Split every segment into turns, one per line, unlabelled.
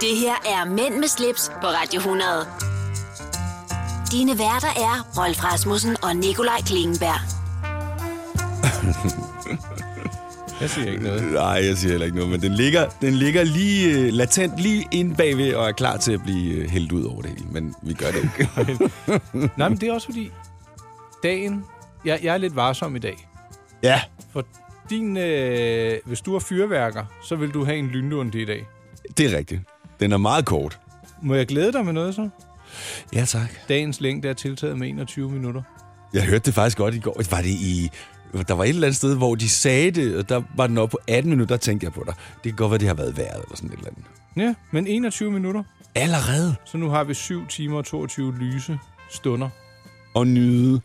Det her er Mænd med slips på Radio 100. Dine værter er Rolf Rasmussen og Nikolaj Klingenberg.
Jeg siger ikke noget.
Nej, jeg siger heller ikke noget, men den ligger, den ligger lige øh, latent lige inde bagved og er klar til at blive øh, hældt ud over det hele. Men vi gør det ikke.
Nej, men det er også fordi, dagen... Jeg, jeg er lidt varsom i dag.
ja,
For din... Øh, hvis du har fyrværker, så vil du have en lynlunde i dag.
det er rigtigt. Den er meget kort.
Må jeg glæde dig med noget så?
Ja, tak.
Dagens længde er tiltaget med 21 minutter.
Jeg hørte det faktisk godt i går. Var det i... Der var et eller andet sted, hvor de sagde det, og der var den oppe på 18 minutter, der tænkte jeg på dig. Det kan godt være, det har været værd eller sådan et eller andet.
Ja, men 21 minutter.
Allerede.
Så nu har vi 7 timer og 22 lyse stunder
Og nyde.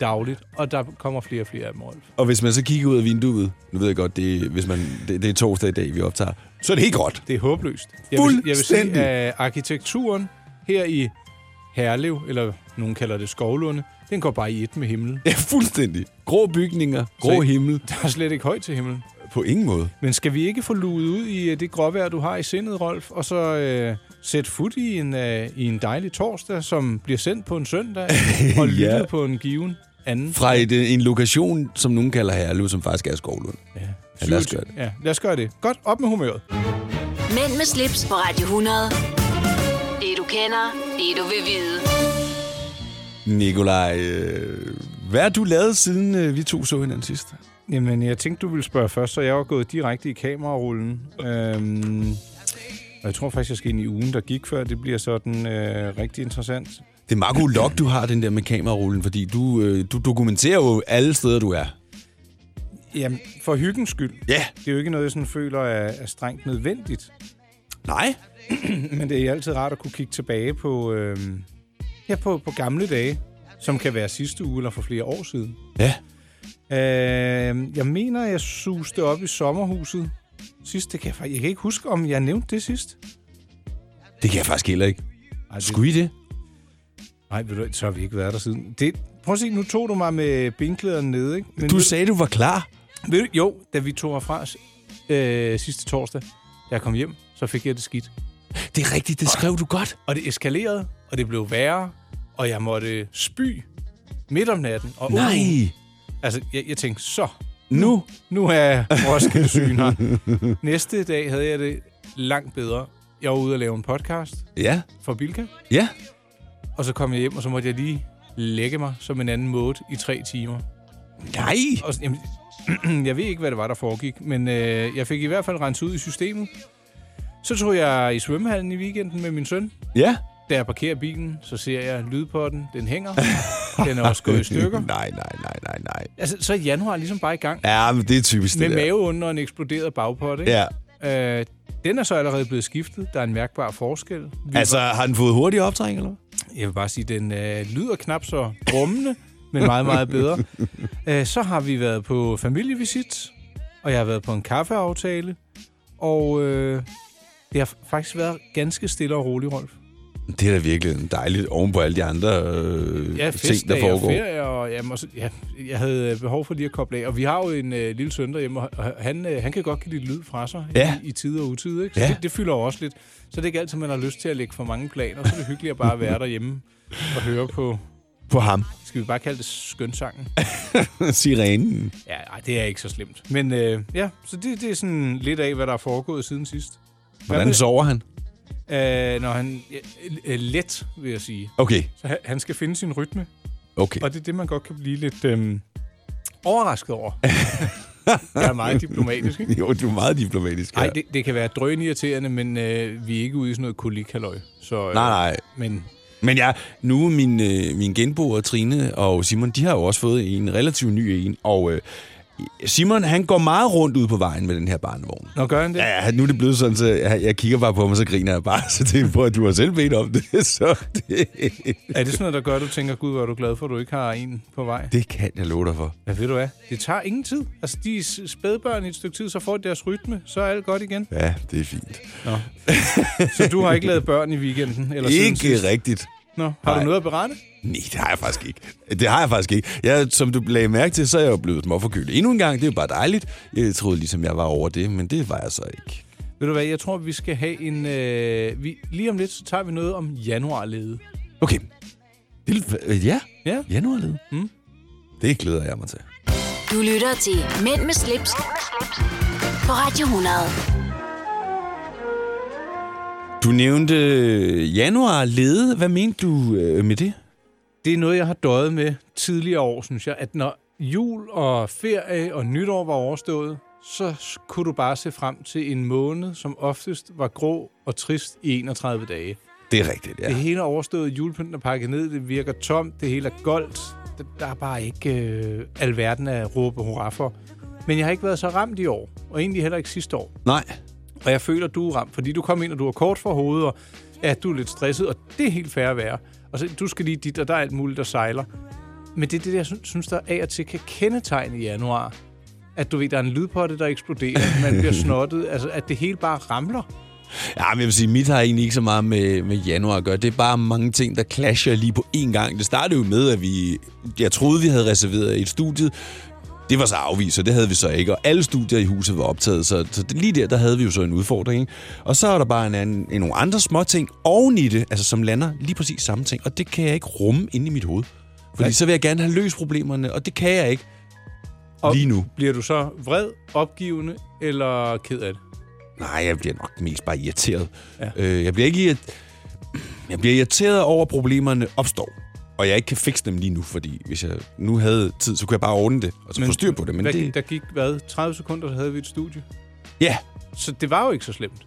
dagligt, og der kommer flere og flere af dem, Rolf.
Og hvis man så kigger ud af vinduet, nu ved jeg godt, det, er- hvis man, det, det er torsdag i dag, vi optager, så er det helt gråt.
Det er håbløst. Jeg vil, jeg vil sige,
Fuldstændig.
at arkitekturen her i Herlev, eller nogen kalder det Skovlunde, den går bare i et med himlen.
Ja, fuldstændig. Grå bygninger, grå
Så-
himmel.
Der er slet ikke højt til himlen.
På ingen måde.
Men skal vi ikke få luet ud i øh, det gråvejr, du har i sindet, Rolf, og så øh, sætte fod i en, øh, i en dejlig torsdag, som bliver sendt på en søndag, og
Ja.
lyttet på en given anden?
Fra et, øh, en lokation, som nogen kalder Herlev, som faktisk er Skovlund. Ja, lad os gøre det.
Ja, lad os gøre det. Godt, op med humøret.
Mænd med slips på Radio 100. Det du kender, det du vil vide.
Nikolaj, øh, hvad har du lavet, siden øh, vi to så hinanden sidst?
Jamen, jeg tænkte, du ville spørge først, så jeg var gået direkte i kamerarullen. Øhm, og jeg tror faktisk, jeg skal ind i ugen, der gik før. Det bliver sådan øh, rigtig interessant.
Det er meget god log, du har, den der med kamerarullen, fordi du, øh, du dokumenterer jo alle steder, du er.
Jamen, for hyggens skyld.
Ja.
Det er jo ikke noget, jeg sådan føler er, er strengt nødvendigt.
Nej.
Men det er altid rart at kunne kigge tilbage på, øh, ja, på, på gamle dage, som kan være sidste uge eller for flere år siden.
Ja.
Øh, jeg mener, jeg suste op i sommerhuset sidst. Det kan jeg, fak- jeg kan ikke huske, om jeg nævnte det sidst.
Det kan jeg faktisk heller ikke.
Ej, det-
Skulle I det?
Nej, ved du, hvad, så har vi ikke været der siden. Det, prøv at se, nu tog du mig med bindklæderne nede, ikke? Men
Du
ved,
sagde, du var klar.
ved, du- jo, da vi tog herfra øh, sidste torsdag, da jeg kom hjem, så fik jeg det skidt.
Det er rigtigt, det skrev du godt.
Og det eskalerede, og det blev værre, og jeg måtte spy midt om natten. Og uh,
Nej.
Altså, jeg, jeg tænkte, så,
Nu?
nu er Roskilde syn her. Næste dag havde jeg det langt bedre. Jeg var ude og lave en podcast
Ja.
for Bilka,
Ja.
og så kom jeg hjem, og så måtte jeg lige lægge mig som en anden måde i tre timer.
Nej.
Og, sådan, jamen, jeg ved ikke, hvad det var, der foregik, men øh, jeg fik i hvert fald renset ud i systemet. Så tog jeg i svømmehallen i weekenden med min søn.
Ja.
Da jeg parkerer bilen, så ser jeg lydpotten, den hænger. Den er også gået i stykker.
nej, nej, nej, nej, nej.
Altså, så er januar ligesom bare i gang.
Ja, men det er typisk
Med
det der.
maveunden og en eksploderet bagpot, ikke?
Ja.
Øh, den er så allerede blevet skiftet. Der er en mærkbar forskel. Vi
Altså, har den fået hurtig optræng, eller hvad?
Jeg vil bare sige, den øh, lyder knap så brummende, men meget, meget bedre. Æh, så har vi været på familievisit, og jeg har været på en kaffeaftale, og øh, det har faktisk været ganske stille og roligt, Rolf.
Det er da virkelig en dejligt oven på alle de andre øh,
Ja,
ting, der
festdage og
foregår.
ferie, og jamen, også, ja, jeg havde øh, behov for lige at koble af. Og vi har jo en øh, lille søn derhjemme, og h- han, øh, han kan godt give lidt lyd fra sig
Ja.
i, i tid og utid. Ikke? Så
Ja.
det, det fylder jo også lidt. Så det er ikke altid, man har lyst til at lægge for mange planer. Så er det hyggeligt at bare være derhjemme og høre på,
På ham.
skal vi bare kalde det skønsangen?
Sirenen.
Ja, ej, det er ikke så slemt. Men øh, ja, så det, det er sådan lidt af, hvad der er foregået siden sidst.
Hvordan sover han?
Øh, når han... Ja, øh, let, vil jeg sige.
Okay,
Så han, han skal finde sin rytme,
okay.
og det er det, man godt kan blive lidt øh, overrasket over. jeg er meget diplomatisk, ikke?
Jo, du er meget diplomatisk her.
Nej, det, det kan være drønirriterende, men øh, vi er ikke ude i sådan noget kolikhalløj. Så, øh,
nej, nej.
Men
Men jeg, nu er min, øh, min genboer Trine og Simon, de har jo også fået en relativt ny en, og øh, Simon, han går meget rundt ud på vejen med den her barnevogn.
når gør han det?
Ja, nu er det blevet sådan, så jeg, jeg kigger bare på ham, og så griner jeg bare, så det er på, at du har selv bedt om det, så det,
Er det sådan noget, der gør, at du tænker, gud, hvor er du glad for, at du ikke har en på vej?
det kan jeg love dig for.
Ja, ved du hvad? Det tager ingen tid. Altså, de er s- spædbørn i et stykke tid, så får de deres rytme, så er alt godt igen.
Ja, det er fint.
Nå. så du har ikke lavet børn i weekenden? Eller siden sidst?
Ikke rigtigt.
Nå, har
Nej.
du noget at berette?
Nej, det har jeg faktisk ikke. Det har jeg faktisk ikke. Jeg, som du lagde mærke til, så er jeg jo blevet småforkølet endnu en gang. Det er jo bare dejligt. Jeg troede ligesom, jeg var over det, men det var jeg så ikke.
Ved du hvad, jeg tror, vi skal have en... Øh, vi, lige om lidt, så tager vi noget om januarlede.
Okay. Det, lyder- øh, ja,
Ja.
januarled. Mm. Det glæder jeg mig til.
Du lytter til Mænd med slips, på Radio 100.
Du nævnte øh, januarlede. Hvad mente du øh, med det?
Det er noget, jeg har døjet med tidligere år, synes jeg, at når jul og ferie og nytår var overstået, så s- kunne du bare se frem til en måned, som oftest var grå og trist i 31 dage.
Det er rigtigt, ja.
Det hele er overstået, julepynten er pakket ned, det virker tomt, det hele er goldt. Der, der er bare ikke øh, alverden at råbe hurra for. Men jeg har ikke været så ramt i år, og egentlig heller ikke sidste år.
Nej.
Og jeg føler, du er ramt, fordi du kom ind, og du har kort for hovedet, og ja, du er lidt stresset, og det er helt fair at være. Og så, du skal lige dit, og der er alt muligt, der sejler. Men det er det, jeg sy- synes, der af og til kan kendetegne i januar. At du ved, der er en lydpotte, der eksploderer, man bliver snottet, altså at det hele bare ramler.
Ja, men jeg vil sige, mit har egentlig ikke så meget med, med januar at gøre. Det er bare mange ting, der clasher lige på én gang. Det startede jo med, at vi... Jeg troede, vi havde reserveret et studie. Det var så afvist, og det havde vi så ikke. Og alle studier i huset var optaget, så, så det, lige der, der havde vi jo så en udfordring. Ikke? Og så er der bare en anden, en, nogle andre små ting oven i det, altså som lander lige præcis samme ting. Og det kan jeg ikke rumme inde i mit hoved. Fordi så vil jeg gerne have løst problemerne, og det kan jeg ikke
Og
lige nu.
Bliver du så vred, opgivende eller ked af det?
Nej, jeg bliver nok mest bare irriteret. Ja. Øh, jeg, bliver ikke irrit... jeg bliver irriteret over, at problemerne opstår. Og jeg ikke kan fikse dem lige nu, fordi hvis jeg nu havde tid, så kunne jeg bare ordne det, og så få styr på det. Men
hvad,
det...
Der gik, hvad, 30 sekunder, så havde vi et studie.
Ja,
Så det var jo ikke så slemt.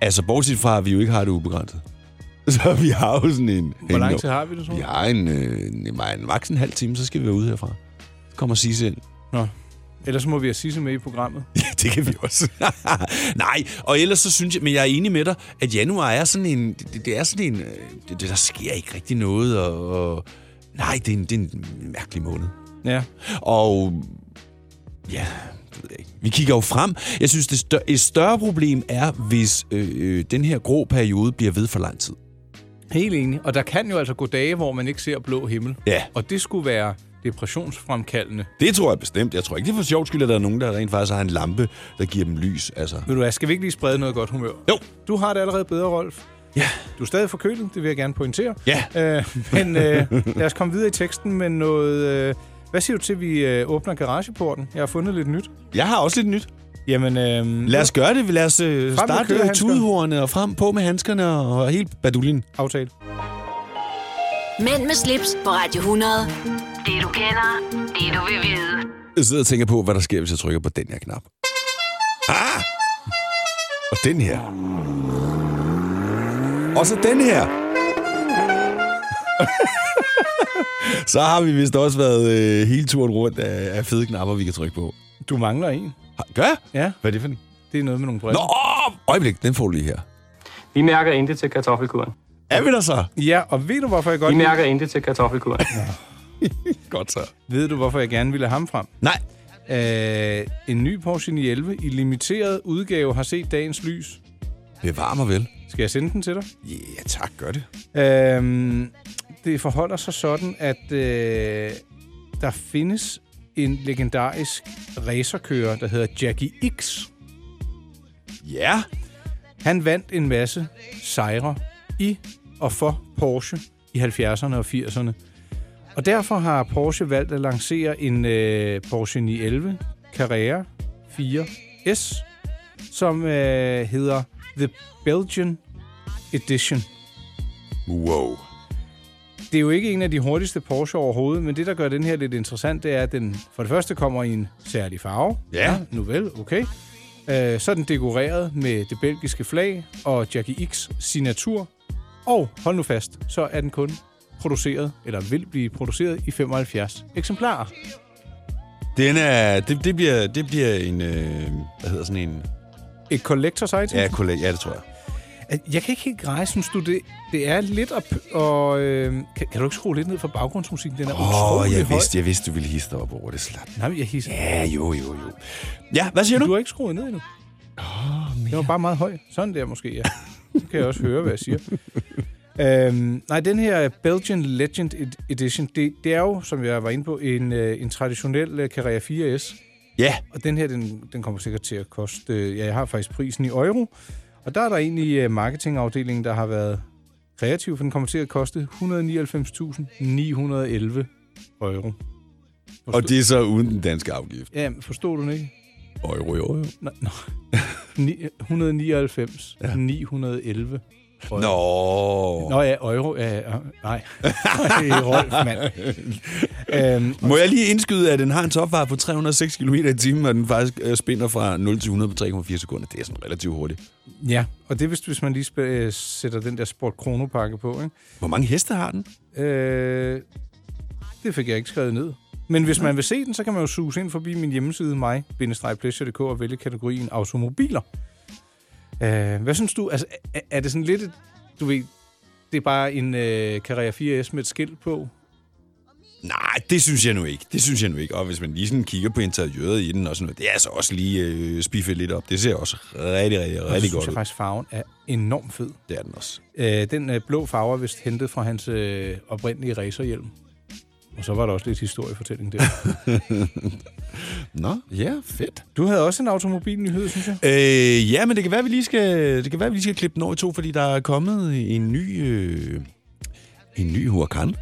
altså bortset fra, at vi jo ikke har det ubegrænset. Så vi har jo sådan en...
Hvor lang tid har vi det, så?
Vi har en, øh, en, en, en maks en halv time, så skal vi være ude herfra. Så kommer Sisse ind.
Nå. Ellers så må vi have Sisse med i programmet.
Ja, det kan vi også. Nej, og ellers så synes jeg, men jeg er enig med dig, at januar er sådan en, det, det er sådan en, øh, det, det- der sker ikke rigtig noget, og, og nej, det er, en, det er en mærkelig måned.
Ja.
Og ja, det ved jeg ikke. vi kigger jo frem. Jeg synes, det større, et større problem er, hvis øh, øh, den her grå periode bliver ved for lang tid.
Helt enig. Og der kan jo altså gå dage, hvor man ikke ser blå himmel.
Ja.
Og det skulle være depressionsfremkaldende.
Det tror jeg bestemt. Jeg tror ikke, det er for sjovt skyld, at der er nogen, der rent faktisk har en lampe, der giver dem lys. Altså.
Ved du hvad, skal vi ikke lige sprede noget godt humør?
Jo.
Du har det allerede bedre, Rolf.
Ja.
Du er stadig forkølet, det vil jeg gerne pointere.
Ja.
Øh, men øh, lad os komme videre i teksten med noget... Øh, hvad siger du til, at vi øh, åbner garageporten? Jeg har fundet lidt nyt.
Jeg har også lidt nyt.
Jamen, øh,
Lad os gøre det. Lad os øh,
med
starte med
kørehandskerne.
tudehornet og frem på med handskerne og, og helt baduljen.
aftale.
Mænd med slips på Radio 100. Det du kender, det du vil vide.
Jeg sidder og tænker på, hvad der sker, hvis jeg trykker på den her knap. Ah! Og den her. Og så den her. så har vi vist også været øh, hele turen rundt af, af fede knapper, vi kan trykke på.
Du mangler en.
Har- Gør jeg?
Ja,
Hvad er det for en?
det er noget med nogle briller.
Nå, øjeblik, den får du lige her.
Vi mærker intet til kartoffelkuren.
Er vi der så?
Ja, og ved du, hvorfor jeg
Vi
godt...
mærker intet til kartoffelkuren.
Godt så.
Ved du, hvorfor jeg gerne ville have ham frem?
Nej.
Øh, en ny Porsche 911 i limiteret udgave har set dagens lys.
Bevar mig vel.
Skal jeg sende den til dig?
Ja, tak, gør det.
Øhm, det forholder sig sådan, at øh, der findes en legendarisk racerkører, der hedder Jackie X.
Ja.
Han vandt en masse sejre i og for Porsche i 70'erne og 80'erne. Og derfor har Porsche valgt at lancere en øh, Porsche 911 Carrera 4S, som øh, hedder The Belgian Edition.
Wow.
Det er jo ikke en af de hurtigste Porsche overhovedet, men det, der gør den her lidt interessant, det er, at den for det første kommer i en særlig farve.
Ja.
nu vel, okay. Øh, så er den dekoreret med det belgiske flag og Jackie X signatur. Og hold nu fast, så er den kun produceret, eller vil blive produceret i 75 eksemplarer.
Den er, det, det, bliver, det bliver en, øh, hvad hedder sådan en?
Et collector's item.
Ja, kollega, ja, det tror jeg.
At Jeg kan ikke helt greje, synes du, det, det er lidt at... p- Og, øh, kan, kan, du ikke skrue lidt ned for baggrundsmusikken? Den er
Åh, oh,
utrolig
jeg
høj.
vidste, jeg vidste, du ville hisse dig op over det slap.
Nej, men jeg hisser.
Ja, jo, jo, jo. Ja, hvad siger
Du
du?
har ikke skruet ned endnu. Oh, det var bare meget høj. Sådan der måske, ja. Nu kan jeg også høre, hvad jeg siger. Øhm, nej, den her Belgian Legend Ed- Edition, det, det er jo, som jeg var inde på, en, øh, en traditionel øh, Carrera 4S.
Ja,
Og den her, den, den kommer sikkert til at koste... øh, Ja, jeg har faktisk prisen i euro. Og der er der egentlig øh, marketingafdelingen, der har været kreativ, for den kommer til at koste 199.911 euro.
og det er så uden den danske afgift.
Ja, men forstod du den ikke?
Euro, euro, euro.
Nej, nej. 199, ja. 911. euro.
Nå.
Nå ja, euro. Ja, ja, nej, det er Rolf, mand. Øhm,
Må jeg lige indskyde, at den har en topfart på 306 km i timen, og den faktisk øh, spinder fra 0 til 100 på 3,4 sekunder. Det er sådan relativt hurtigt.
ja, og det er, hvis, hvis man lige spæ- øh, sætter den der Sport Kronopakke på, ikke?
Hvor mange heste har den?
Øh, det fik jeg ikke skrevet ned. Men hvis man vil se den, så kan man jo suge ind forbi min hjemmeside, mig og vælge kategorien automobiler. Øh, hvad synes du? Altså, er, er det sådan lidt... et- Du ved, det er bare en øh, Carrera 4S med et skilt på.
Nej, det synes jeg nu ikke. Det synes jeg nu ikke. Og hvis man lige sådan kigger på interiøret i den og sådan noget, det er altså også lige øh, spiffet lidt op. Det ser også rigtig, rigtig,
Og
rigtig
så synes
godt
jeg
ud.
faktisk, farven er enormt fed.
Det er den også.
Øh, den øh, blå farve er vist hentet fra hans øh, oprindelige racerhjelm. Og så var der også lidt historiefortælling der.
Nå, ja, fedt.
Du havde også en automobilnyhed, synes jeg.
Øh, ja, men det kan være, vi lige skal, det kan være, vi lige skal klippe den over i to, fordi der er kommet en ny... Øh, en ny Huracan. Det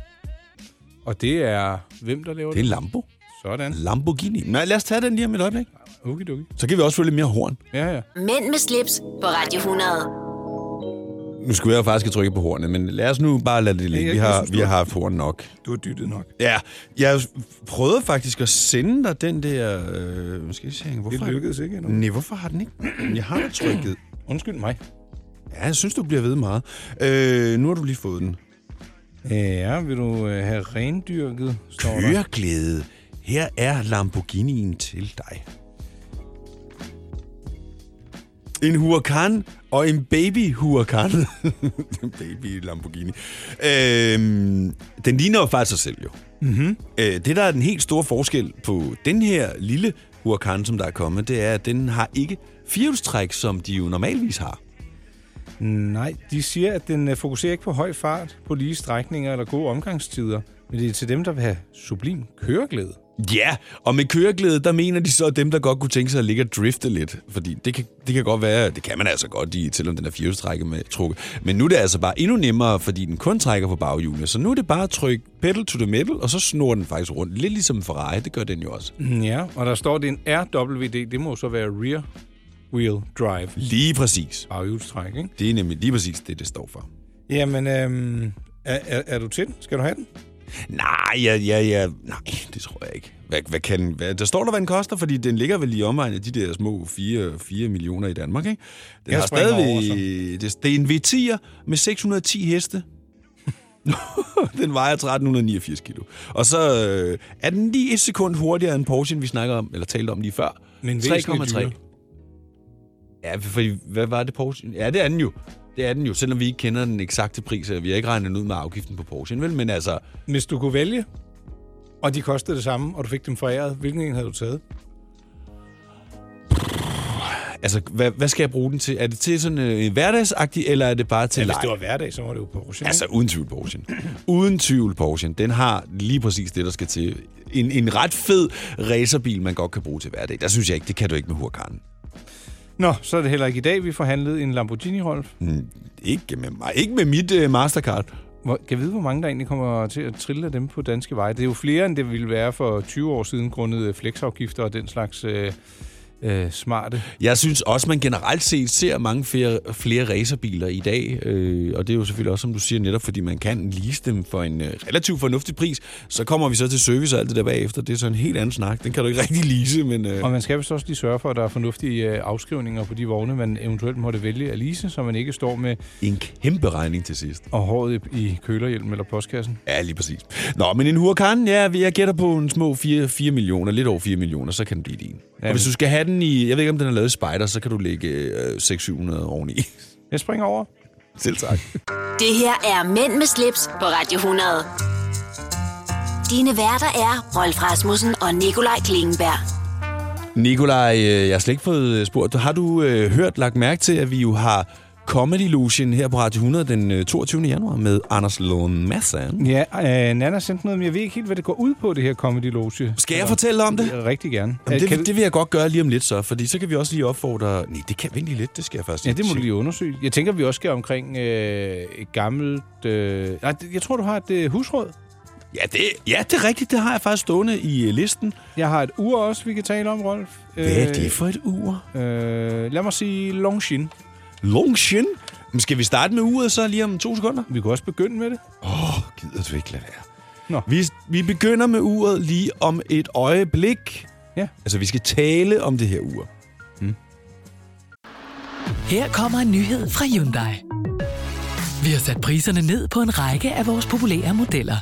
Og det er hvem, der laver
er en
det?
Lambo.
Sådan.
Lamborghini. Nej, lad os tage den lige om et øjeblik.
Okidoki.
Så kan vi også få lidt mere horn.
Ja, ja.
Mænd med slips på Radio 100.
Nu skulle jeg jo faktisk trykke på hornet, men lad os nu bare lade det ligge. Vi har, vi har haft horn nok.
Du har dyttet nok.
Ja, jeg prøvede faktisk at sende dig den der... Øh, måske se, hvorfor...
Det
har-
lykkedes ikke endnu.
Nej, hvorfor har den ikke? Jeg har da trykket.
Undskyld mig.
Ja, jeg synes, du bliver ved meget. Øh, nu har du lige fået den.
Ja, vil du øh, have rendyrket, står der.
Køreglæde. Her er Lamborghinien til dig. En Huracan og en baby Huracan. en baby Lamborghini. Øhm, den ligner jo faktisk sig selv jo. Mm-hmm. Øh, det, der er den helt store forskel på den her lille Huracan, som der er kommet, det er, at den har ikke firehjulstræk, som de jo normalvis har.
Nej, de siger, at den øh, fokuserer ikke på høj fart, på lige strækninger eller gode omgangstider. Men det er til dem, der vil have sublim køreglæde.
Ja, og med køreglæde, der mener de så dem, der godt kunne tænke sig at ligge og drifte lidt. Fordi det kan, det kan godt være, det kan man altså godt i, selvom den er firehjulstrækket med trukket. Men nu er det altså bare endnu nemmere, fordi den kun trækker på baghjulene. Så nu er det bare at trykke pedal to the metal, og så snor den faktisk rundt. Lidt ligesom en Ferrari, det gør den jo også.
Ja, og der står, det er en RWD. Det må jo så være rear wheel drive.
Lige præcis.
Baghjulstræk, ikke?
Det er nemlig lige præcis det, det står for.
Jamen, øhm, er, er, er du til den? Skal du have den?
Nej, ja, ja, ja. Nej, det tror jeg ikke. Hvad, hvad kan, den- hvad, der står der, hvad den koster, fordi den ligger vel i omegnen af de der små 4, 4 millioner i Danmark, ikke? Den
Jeg
har
springer
stadigvæk...
over, så.
det, det er en V10'er med 610 heste. den vejer 1389 kilo. Og så øh, er den lige et sekund hurtigere end Porsche, vi snakker om, eller talte om lige før.
Men væsentligt
3,3.
dyrere.
Ja, fordi hvad var det Porsche? Ja, det er den jo. Det er den jo, selvom vi ikke kender den eksakte pris, og vi har ikke regnet den ud med afgiften på Porsche, vel? Men altså,
Hvis du kunne vælge, og de kostede det samme, og du fik dem foræret, hvilken en havde du taget?
Altså, hvad, hvad skal jeg bruge den til? Er det til sådan øh, hverdagsagtigt, eller er det bare til
Ja,
ja,
hvis
leg?
det var hverdag, så var det jo Porsche.
Altså, uden tvivl Porschen. Uden tvivl Porschen. Den har lige præcis det, der skal til. En, en ret fed racerbil, man godt kan bruge til hverdag. Der synes jeg ikke, det kan du ikke med Huracanen.
ikke? Nå, så er det heller ikke i dag, vi forhandlede en Lamborghini, Rolf.
Ikke med mig. Ikke med mit øh, Mastercard.
Hvor, kan jeg vide, hvor mange der egentlig kommer til at trille af dem på danske veje? Det er jo flere, end det ville være for 20 år siden, grundet øh, flexafgifter og den slags øh, øh, smarte.
Jeg synes også, man generelt set ser mange flere, flere racerbiler i dag, øh, og det er jo selvfølgelig også, som du siger, netop fordi man kan lease dem for en øh, relativt fornuftig pris. Så kommer vi så til service og alt det der bagefter. Det er så en helt anden snak. Den kan du ikke rigtig lease, men... Øh,
Og man skal vist også lige sørge for, at der er fornuftige øh, afskrivninger på de vogne, man eventuelt måtte vælge at lease, så man ikke står med
En kæmpe regning til sidst.
og håret i, i kølerhjelm eller postkassen.
Ja, lige præcis. Nå, men en Huracan, ja, jeg gætter på en små 4, 4 millioner, lidt over 4 millioner, så kan den blive din. Ja, og hvis du skal have den i, jeg ved ikke, om den er lavet i spider, så kan du lægge øh, 600-700 oveni.
Jeg springer over.
Selv tak.
Det her er Mænd med slips på Radio 100. Dine værter er Rolf Rasmussen og Nikolaj Klingenberg.
Nikolaj, øh, jeg har slet ikke fået øh, spurgt. Har du øh, hørt, lagt mærke til, at vi jo har Comedy Illusion her på Radio 100 den øh, 22. januar med Anders Lund Madsen.
Ja, øh, Nana sendte noget, men jeg ved ikke helt, hvad det går ud på, det her Comedy Loge.
Skal jeg fortælle om det?
det? Rigtig gerne.
Jamen,
Øh, kan
det,
du-
det vil jeg godt gøre lige om lidt så, fordi så kan vi også lige opfordre... Nej, det kan vi lige lidt, det skal jeg først
Ja, det må
tjekke.
du lige undersøge. Jeg tænker, vi også skal omkring øh, et gammelt... Øh, nej, det- jeg tror, du har et øh, husråd.
Ja det, ja, det er rigtigt, det har jeg faktisk stående i øh, listen.
Jeg har et ur også, vi kan tale om, Rolf.
Hvad er det for et ur?
Øh, lad mig sige Longshin.
Longshin? Men Skal vi starte med uret så lige om to sekunder?
Vi kunne også begynde med det.
Åh, oh, gider du ikke lade være?
Nå.
Vi, vi begynder med uret lige om et øjeblik.
Ja.
Altså, vi skal tale om det her ur.
Her kommer en nyhed fra Hyundai. Vi har sat priserne ned på en række af vores populære modeller.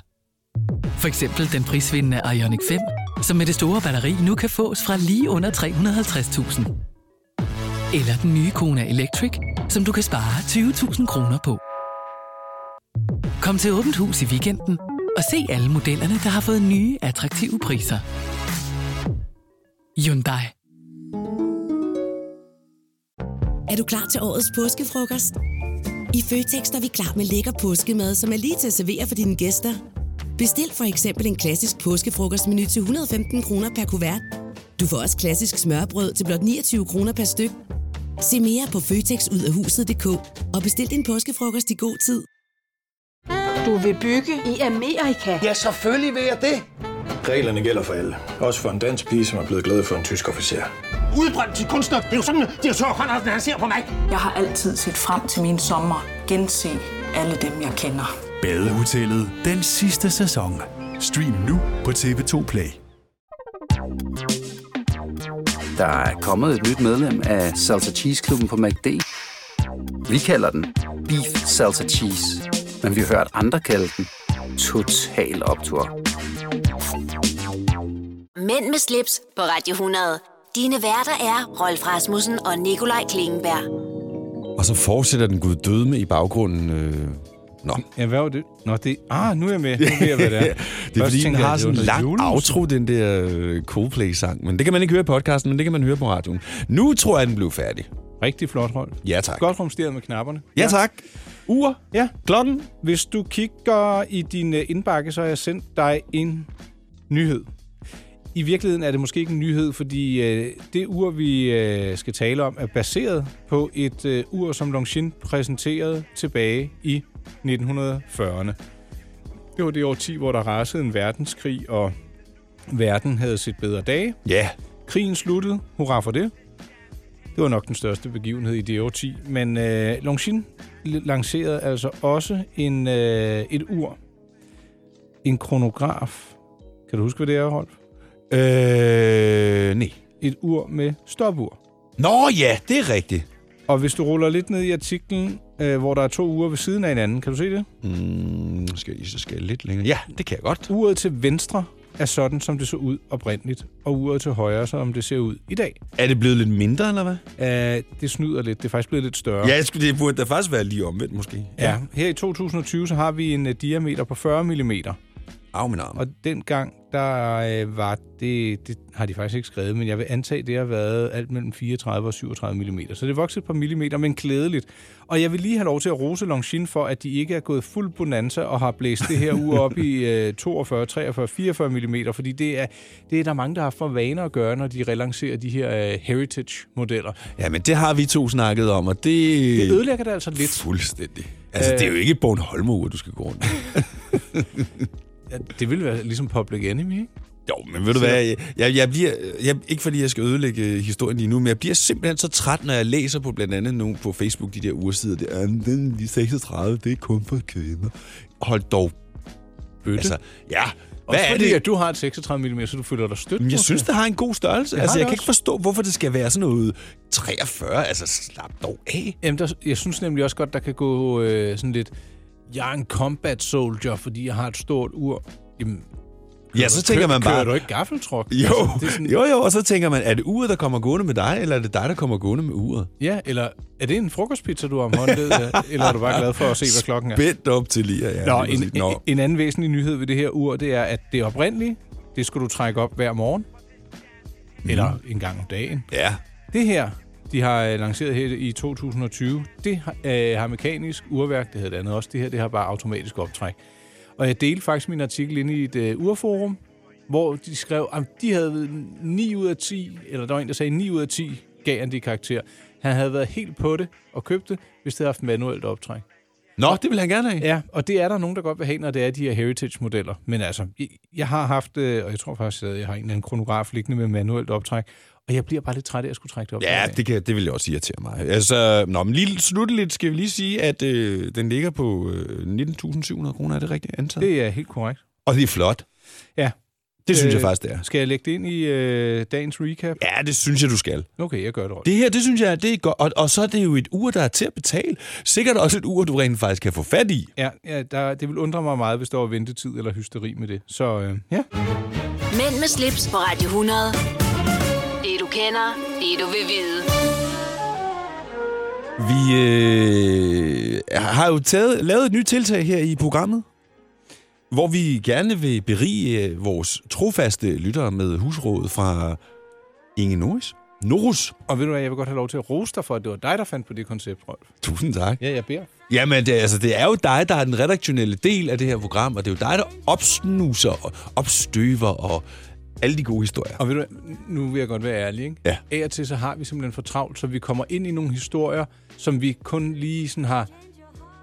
For eksempel den prisvindende Ioniq 5, som med det store batteri nu kan fås fra lige under 350.000. Eller den nye Kona Electric, som du kan spare 20.000 kroner på. Kom til Åbent Hus i weekenden og se alle modellerne, der har fået nye, attraktive priser. Hyundai.
Er du klar til årets påskefrokost? I Føtex er vi klar med lækker påskemad, som er lige til at servere for dine gæster. Bestil for eksempel en klassisk påskefrokostmenu til 115 kroner per kuvert. Du får også klassisk smørbrød til blot 29 kroner per styk. Se mere på føtexudafhuset.dk og bestil din påskefrokost i god tid.
Du vil bygge i Amerika?
Ja, selvfølgelig vil jeg det.
Reglerne gælder for alle. Også for en dansk pige, som er blevet glad for en tysk officer.
Udbrændt til kunstner. Det er jo sådan, at de har Conradsen, han ser på mig.
Jeg har altid set frem til min sommer. Gense alle dem, jeg kender.
Badehotellet den sidste sæson. Stream nu på TV2 Play.
Der er kommet et nyt medlem af Salsa Cheese Klubben på MACD. Vi kalder den Beef Salsa Cheese, men vi har hørt andre kalde den Total Optor.
Mænd med slips på Radio 100. Dine værter er Rolf Rasmussen og Nikolaj Klingenberg.
Og så fortsætter den gud dødme i baggrunden. Øh... Nå,
Ja, hvad var det? Nå, det... Ah, nu er jeg med. Nu ved jeg, hvad det er.
det er fordi, den har sådan en lang
outro.
outro, den der øh, Coldplay-sang. Men det kan man ikke høre i podcasten, men det kan man høre på radioen. Nu tror jeg, den blev færdig.
Rigtig flot, Rolf.
Ja, tak.
Godt rumsteret med knapperne.
Ja, tak.
Ur. Ja.
Klokken.
Hvis du kigger i din øh, indbakke, så har jeg sendt dig en nyhed. I virkeligheden er det måske ikke en nyhed, fordi øh, det ur, vi øh, skal tale om, er baseret på et øh, ur, som Longines præsenterede tilbage i 1940'erne. Det var det årti, hvor der rasede en verdenskrig, og verden havde set bedre dage.
Ja,
Krigen sluttede. Hurra for det. Det var nok den største begivenhed i det årti. Men øh, Longines l- lancerede altså også en, øh, et ur. En kronograf. Kan du huske, hvad det er, Rolf?
Øh, nej.
Et ur med stopur.
Nå ja, det er rigtigt.
Og hvis du ruller lidt ned i artiklen, øh, hvor der er to uger ved siden af hinanden, kan du se det?
Mm, skal jeg, så skal jeg lidt længere. Ja, det kan jeg godt.
Uret til venstre er sådan, som det så ud oprindeligt, og uret til højre, som det ser ud i dag.
Er det blevet lidt mindre, eller hvad?
Øh, det snyder lidt. Det er faktisk blevet lidt større.
Ja, jeg skulle, det burde da faktisk være lige omvendt, måske.
Ja, her i 2020 så har vi en øh, diameter på 40 mm,
Af min arm.
og dengang der øh, var det, det har de faktisk ikke skrevet, men jeg vil antage, det har været alt mellem 34 og 37 mm. Så det voksede et par millimeter, men klædeligt. Og jeg vil lige have lov til at rose Longines for, at de ikke er gået fuld bonanza og har blæst det her uge op i øh, 42, 43, 44 mm, fordi det er, det er der mange, der har haft for vaner at gøre, når de relancerer de her øh, heritage-modeller.
Ja, men det har vi to snakket om, og det...
Det ødelægger det altså lidt.
Fuldstændig. Altså, øh... det er jo ikke Bornholmer, du skal gå rundt. med.
Ja, det ville være ligesom Public Enemy, ikke?
jo, men ved du hvad, jeg, jeg, jeg bliver... Jeg, ikke fordi jeg skal ødelægge øh, historien lige nu, men jeg bliver simpelthen så træt, når jeg læser på blandt andet nu på Facebook, de der ursider, det er, den de 36, det er kun for kvinder. Hold dog.
Bøtte.
Altså, ja.
Hvad
Hvad
Også
er
fordi,
det?
at du har et 36 mm, så du føler dig stødt.
Men jeg
måske.
synes, det har en god størrelse.
har
altså,
det
jeg kan
også.
ikke forstå, hvorfor det skal være sådan noget 43. Altså, slap dog af.
Jamen, der, jeg synes nemlig også godt, der kan gå øh, sådan lidt... Jeg er en combat soldier, fordi jeg har et stort ur. Jamen,
Ja, så tænker man
Kører
bare...
du ikke gaffeltruk?
Jo,
Altså, det er sådan,
jo, jo, og så tænker man, er det uret, der kommer gående med dig, eller er det dig, der kommer gående med uret?
Ja, eller er det en frokostpizza, du har om håndledet? eller er du bare glad for at se, hvad klokken er?
Spændt op til lige, ja.
Nå,
lige
en,
præcis. Nå.
en anden væsentlig nyhed ved det her ur, det er, at det oprindelige,
Mhm.
det skulle du trække op hver morgen. Eller en gang om dagen.
Ja,
Det her, de har øh, lanceret her i 2020. Det har- øh, har mekanisk urværk, det hedder det andet også. Det her det har bare automatisk optræk. Og jeg delte faktisk min artikel inde i et øh, urforum, hvor de skrev, at de havde 9 ud af 10, eller der var en, der sagde 9 ud af 10, gav han de karakter. Han havde været helt på det og købt det, hvis det havde haft manuelt optræk.
Nå, det vil han gerne have.
Ja, og det er der nogen, der godt vil have, når det er de her heritage-modeller. Men altså, jeg- jeg har haft, øh, og jeg tror faktisk, at jeg har en eller anden kronograf liggende med manuelt optræk, og jeg bliver bare lidt træt af at skulle trække det op.
Ja, det, kan, det vil jeg også irritere mig. Altså, nå, men lige slutteligt skal vi lige sige, at øh, den ligger på øh, 19.700 kroner, er det rigtigt antaget?
Det er helt korrekt.
Og det er flot.
Ja.
Det synes jeg faktisk, det er.
Skal jeg lægge det ind i øh, dagens recap?
Ja, det synes jeg, du skal.
Okay, jeg gør det også.
Det her, det synes jeg, det er godt. Og, og så er det jo et ur, der er til at betale. Sikkert også et ur, du rent faktisk kan få fat i.
Ja, ja der, det vil undre mig meget, hvis der var ventetid eller hysteri med det. Så øh, ja.
Mænd med slips på Radio 100. Det du kender, det du vil vide.
Vi øh, har jo taget, lavet et nyt tiltag her i programmet, hvor vi gerne vil berige øh, vores trofaste lyttere med husrådet fra Inge Norris. Norus.
Og ved du hvad, jeg vil godt have lov til at rose dig for, at det var dig, der fandt på det koncept, Rolf.
Tusind tak.
Ja, jeg beder.
Jamen, det, er- altså, det er jo dig, der er den redaktionelle del af det her program, og det er jo dig, der opsnuser og opstøver og alle de gode historier.
Og ved du, hvad, nu vil jeg godt være ærlig, ikke?
Ja.
Af og til så har vi simpelthen for travlt, så vi kommer ind i nogle historier, som vi kun lige sådan har...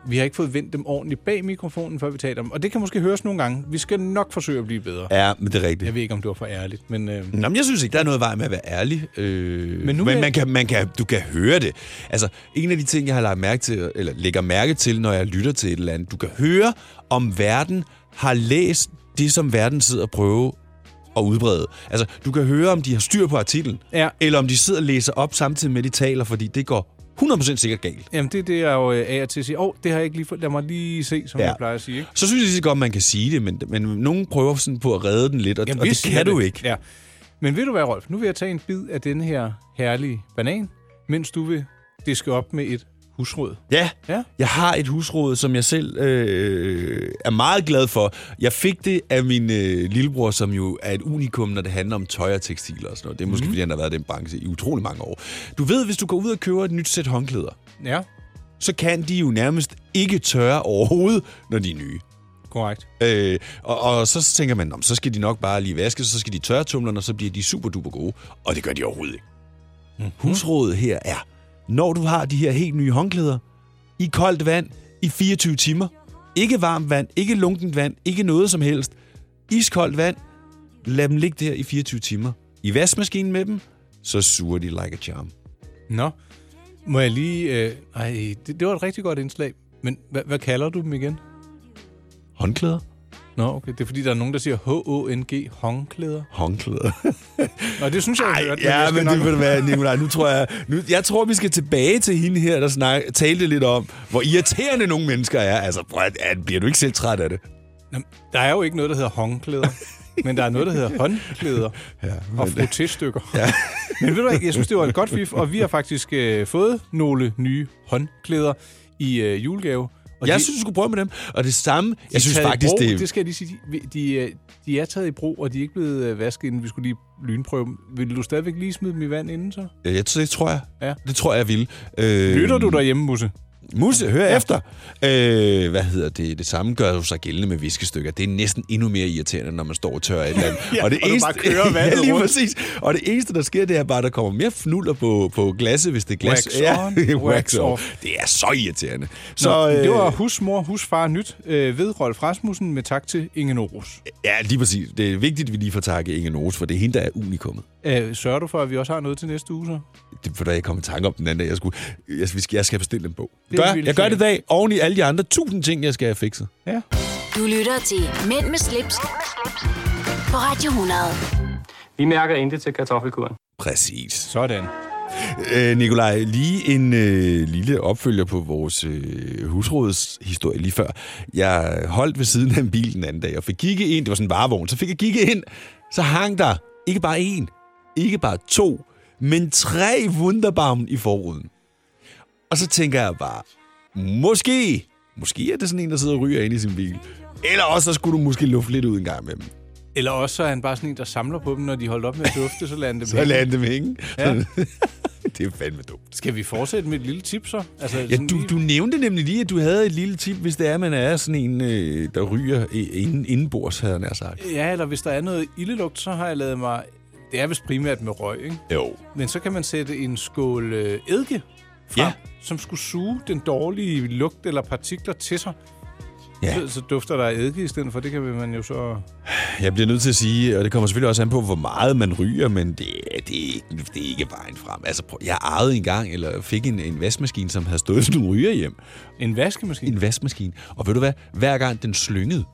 Vi har ikke fået vendt dem ordentligt bag mikrofonen, før vi taler dem. Og det kan måske høres nogle gange. Vi skal nok forsøge at blive bedre.
Ja, men det er rigtigt.
Jeg ved ikke, om det var for ærligt, men... Øh,
Nå, men jeg synes ikke, der er noget i vejen med at være ærlig. Øh,
Men
men
nu
nu
vil-
men man kan, man kan, du kan høre det. Altså, en af de ting, jeg har lagt mærke til, eller lægger mærke til, når jeg lytter til et eller andet, du kan høre, om verden har læst det, som verden sidder og prøver at udbrede. Altså, du kan høre, om de har styr på artiklen,
Ja.
eller om de sidder og læser op samtidig med, de taler, fordi det går 100% sikkert galt.
Jamen, det er det, jeg jo øh, af og til siger. Åh, oh, det har jeg ikke lige fået. Lad mig lige se, som ja.
Ja.
jeg plejer at sige. Ikke?
Så synes jeg lige så godt, man kan sige det, men, men nogen prøver sådan på at redde den lidt, og,
Jamen,
og
vi
det
siger
kan du
det.
ikke.
Ja. Men ved du hvad, Rolf? Nu vil jeg tage en bid af den her herlige banan, mens du vil diske op med et husråd.
Ja,
Ja.
jeg har et husråd, som jeg selv øh, er meget glad for. Jeg fik det af min øh, lillebror, som jo er et unikum, når det handler om tøj og tekstiler og sådan noget. Det er måske, mm. fordi han har været i den branche i utrolig mange år. Du ved, hvis du går ud og køber et nyt sæt håndklæder,
Ja,
så kan de jo nærmest ikke tørre overhovedet, når de er nye.
korrekt.
Øh, og, og så tænker man, "Nå, men så skal de nok bare lige vaskes, så skal de tørre tumlerne, og så bliver de super duper gode. Og det gør de overhovedet ikke. Mm-hmm. Husrådet her er, når du har de her helt nye håndklæder, i koldt vand, i 24 timer, ikke varmt vand, ikke lunkent vand, ikke noget som helst, iskoldt vand, lad dem ligge der i 24 timer. I vaskemaskinen med dem, så suger de like a charm.
Nå, må jeg lige... Øh, ej, det, det var et rigtig godt indslag. Men hvad, hvad kalder du dem igen?
Håndklæder?
Nå, okay. Det er fordi, der er nogen, der siger H-O-N-G, håndklæder.
Håndklæder.
Nå, det synes jeg, jeg
Ej,
hørte,
ja,
jeg skal
men det
nok-
vil det være, Nicolaj. Nu tror jeg, nu, jeg tror, vi skal tilbage til hende her, der snak, talte lidt om, hvor irriterende nogle mennesker er. Altså, prøv at, at, bliver du ikke selv træt af det?
Nå, der er jo ikke noget, der hedder håndklæder. men der er noget, der hedder håndklæder ja, og frottéstykker. Ja. men ved du hvad, jeg synes, det var et godt fif, og vi har faktisk øh, fået nogle nye håndklæder i øh, julegave. Og
jeg
de-
synes, du skulle prøve med dem. Og det samme,
de er
jeg synes
taget i
faktisk,
brug,
det, er-
det skal jeg lige sige. De, de, øh, de er taget i brug, og de er ikke blevet øh, vasket, inden vi skulle lige lynprøve dem. Vil du stadigvæk lige smide dem i vand inden så?
Ja, jeg, det tror jeg.
Ja.
Det tror jeg, jeg vil. Øh,
Lytter du derhjemme, Musse?
Musse, hør ja. efter. Øh, hvad hedder det? Det samme gør jo sig gældende med viskestykker. Det er næsten endnu mere irriterende, når man står og tørrer et eller andet.
Ja, og du bare kører vandet
ja, lige
rundt.
præcis. Og det eneste, der sker, det er bare, at der kommer mere fnuller på, på glasset, hvis det er glas.
Wax on,
ja,
wax
wax
off.
off. Det er så irriterende.
Så, Nå, øh, det var
øh,
husmor, husfar nyt øh, ved Rolf Rasmussen med tak til Ingen Oros.
øh, Ja, lige præcis. Det er vigtigt, at vi lige får takket Inge Nords, for det er hende, der er unikummet.
Øh, sørger du for, at vi også har noget til næste uge så?
Det var da jeg kom i tanke om den anden dag. Jeg, skulle, jeg, vi skal- jeg skal bestille en bog.
Det
Det gør,
ville
jeg, jeg gør
jeg.
det i dag, oven i alle de andre tusind ting, jeg skal have fikset.
Ja.
Du lytter til Mænd med slips, på Radio 100.
Vi mærker intet til kartoffelkuren.
Præcis.
Sådan.
Øh, Nikolaj, lige en øh, lille opfølger på vores øh, husrådshistorie lige før. Jeg holdt ved siden af en bil den anden dag og fik kigget ind. Det var sådan en varevogn. Så fik jeg kigget ind. Så hang der ikke bare en, ikke bare to, men tre wunderbaum i forruden. Og så tænker jeg bare, måske, måske er det sådan en, der sidder og ryger inde i sin bil. Eller også, så skulle du måske lufte lidt ud en gang med dem.
Eller også så er han bare sådan en, der samler på dem, når de holder op med at dufte, så lader han dem
Så
hænge.
lader han dem hænge.
Ja.
det er fandme dumt.
Skal vi fortsætte med et lille tip så? Altså,
Ja, du, du nævnte nemlig lige, at du havde et lille tip, hvis det er, man er sådan en, øh, der ryger i- inden, indenbords, havde jeg nær sagt.
Ja, eller hvis der er noget ildelugt, så har jeg lavet mig... Det er vist primært med røg, ikke?
Jo.
Men så kan man sætte en skål øh, eddike frem, ja. som skulle suge den dårlige lugt eller partikler til sig.
Ja.
Så, så dufter der af eddike i stedet for, det kan man jo så...
Jeg bliver nødt til at sige, og det kommer selvfølgelig også an på, hvor meget man ryger, men det, det, er, ikke, det er ikke vejen frem. Altså, prøv, jeg ejede engang, eller fik en, en vaskemaskine, som havde stået sådan en ryger hjem.
En vaskemaskine?
En vaskemaskine. Og ved du hvad? Hver gang den slyngede,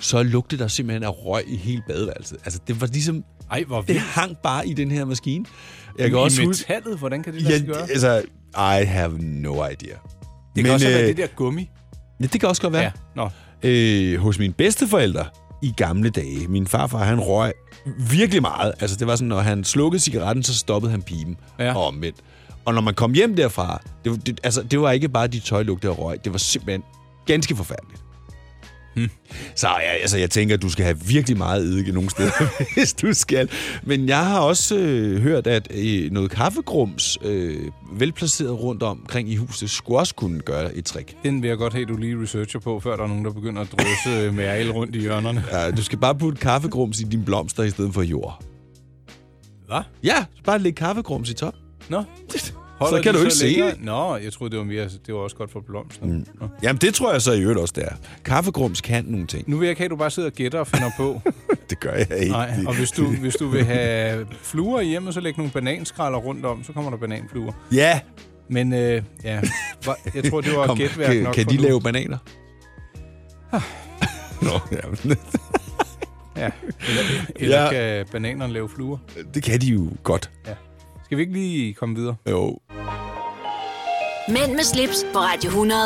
så lugtede der simpelthen af røg i hele badeværelset. Altså, det var ligesom...
Ej, hvor
Det hang bare i den her maskine.
Jeg kan I også
huske-
metallet, hvordan kan det lade
Ja,
sig gøre? Det,
altså, I have no idea. øh, Det
kan Men, øh, også være det der gummi.
Ja, det kan også godt være.
Ja.
Nå. Øh, hos mine bedsteforældre i gamle dage, min farfar, han røg virkelig meget. Altså, det var sådan, når han slukkede cigaretten, så stoppede han pipen ja. og omvendt. Og når man kom hjem derfra, det, var- det, altså, det var ikke bare de tøjlugte og røg, det var simpelthen ganske forfærdeligt. Hmm. Så ja, altså, jeg tænker, at du skal have virkelig meget eddike nogle steder, hvis du skal. Men jeg har også øh, hørt, at øh, noget kaffegrums, øh, velplaceret rundt omkring i huset, skulle også kunne gøre et trick.
Den vil jeg godt have, du lige researcher på, før der er nogen, der begynder at drøse øh, mærel rundt i hjørnerne.
Ja, du skal bare putte kaffegrums i dine blomster i stedet for jord.
Hvad?
Ja, bare lægge kaffegrums i top.
Nå.
så kan du ikke se det.
Nå, jeg troede, det var, mere, det var også godt for blomster. Mm.
Jamen, det tror jeg så i øvrigt også, det er. Kaffegrums kan nogle ting.
Nu vil jeg ikke have, at du bare sidder og gætter og finder på.
Det gør jeg ikke.
Nej, og hvis du, hvis du vil have fluer i hjemmet, så læg nogle bananskralder rundt om, så kommer der bananfluer.
Ja.
Men øh, ja, Hva- jeg tror, det var
Kom,
gætværk
kan-
nok
kan
for
de
nu.
lave bananer? Nå, jamen,
Ja, eller, eller
Ja.
ja. kan bananerne lave fluer?
det kan de jo godt.
Skal vi ikke lige komme videre?
Jo.
Mænd med slips på Radio 100.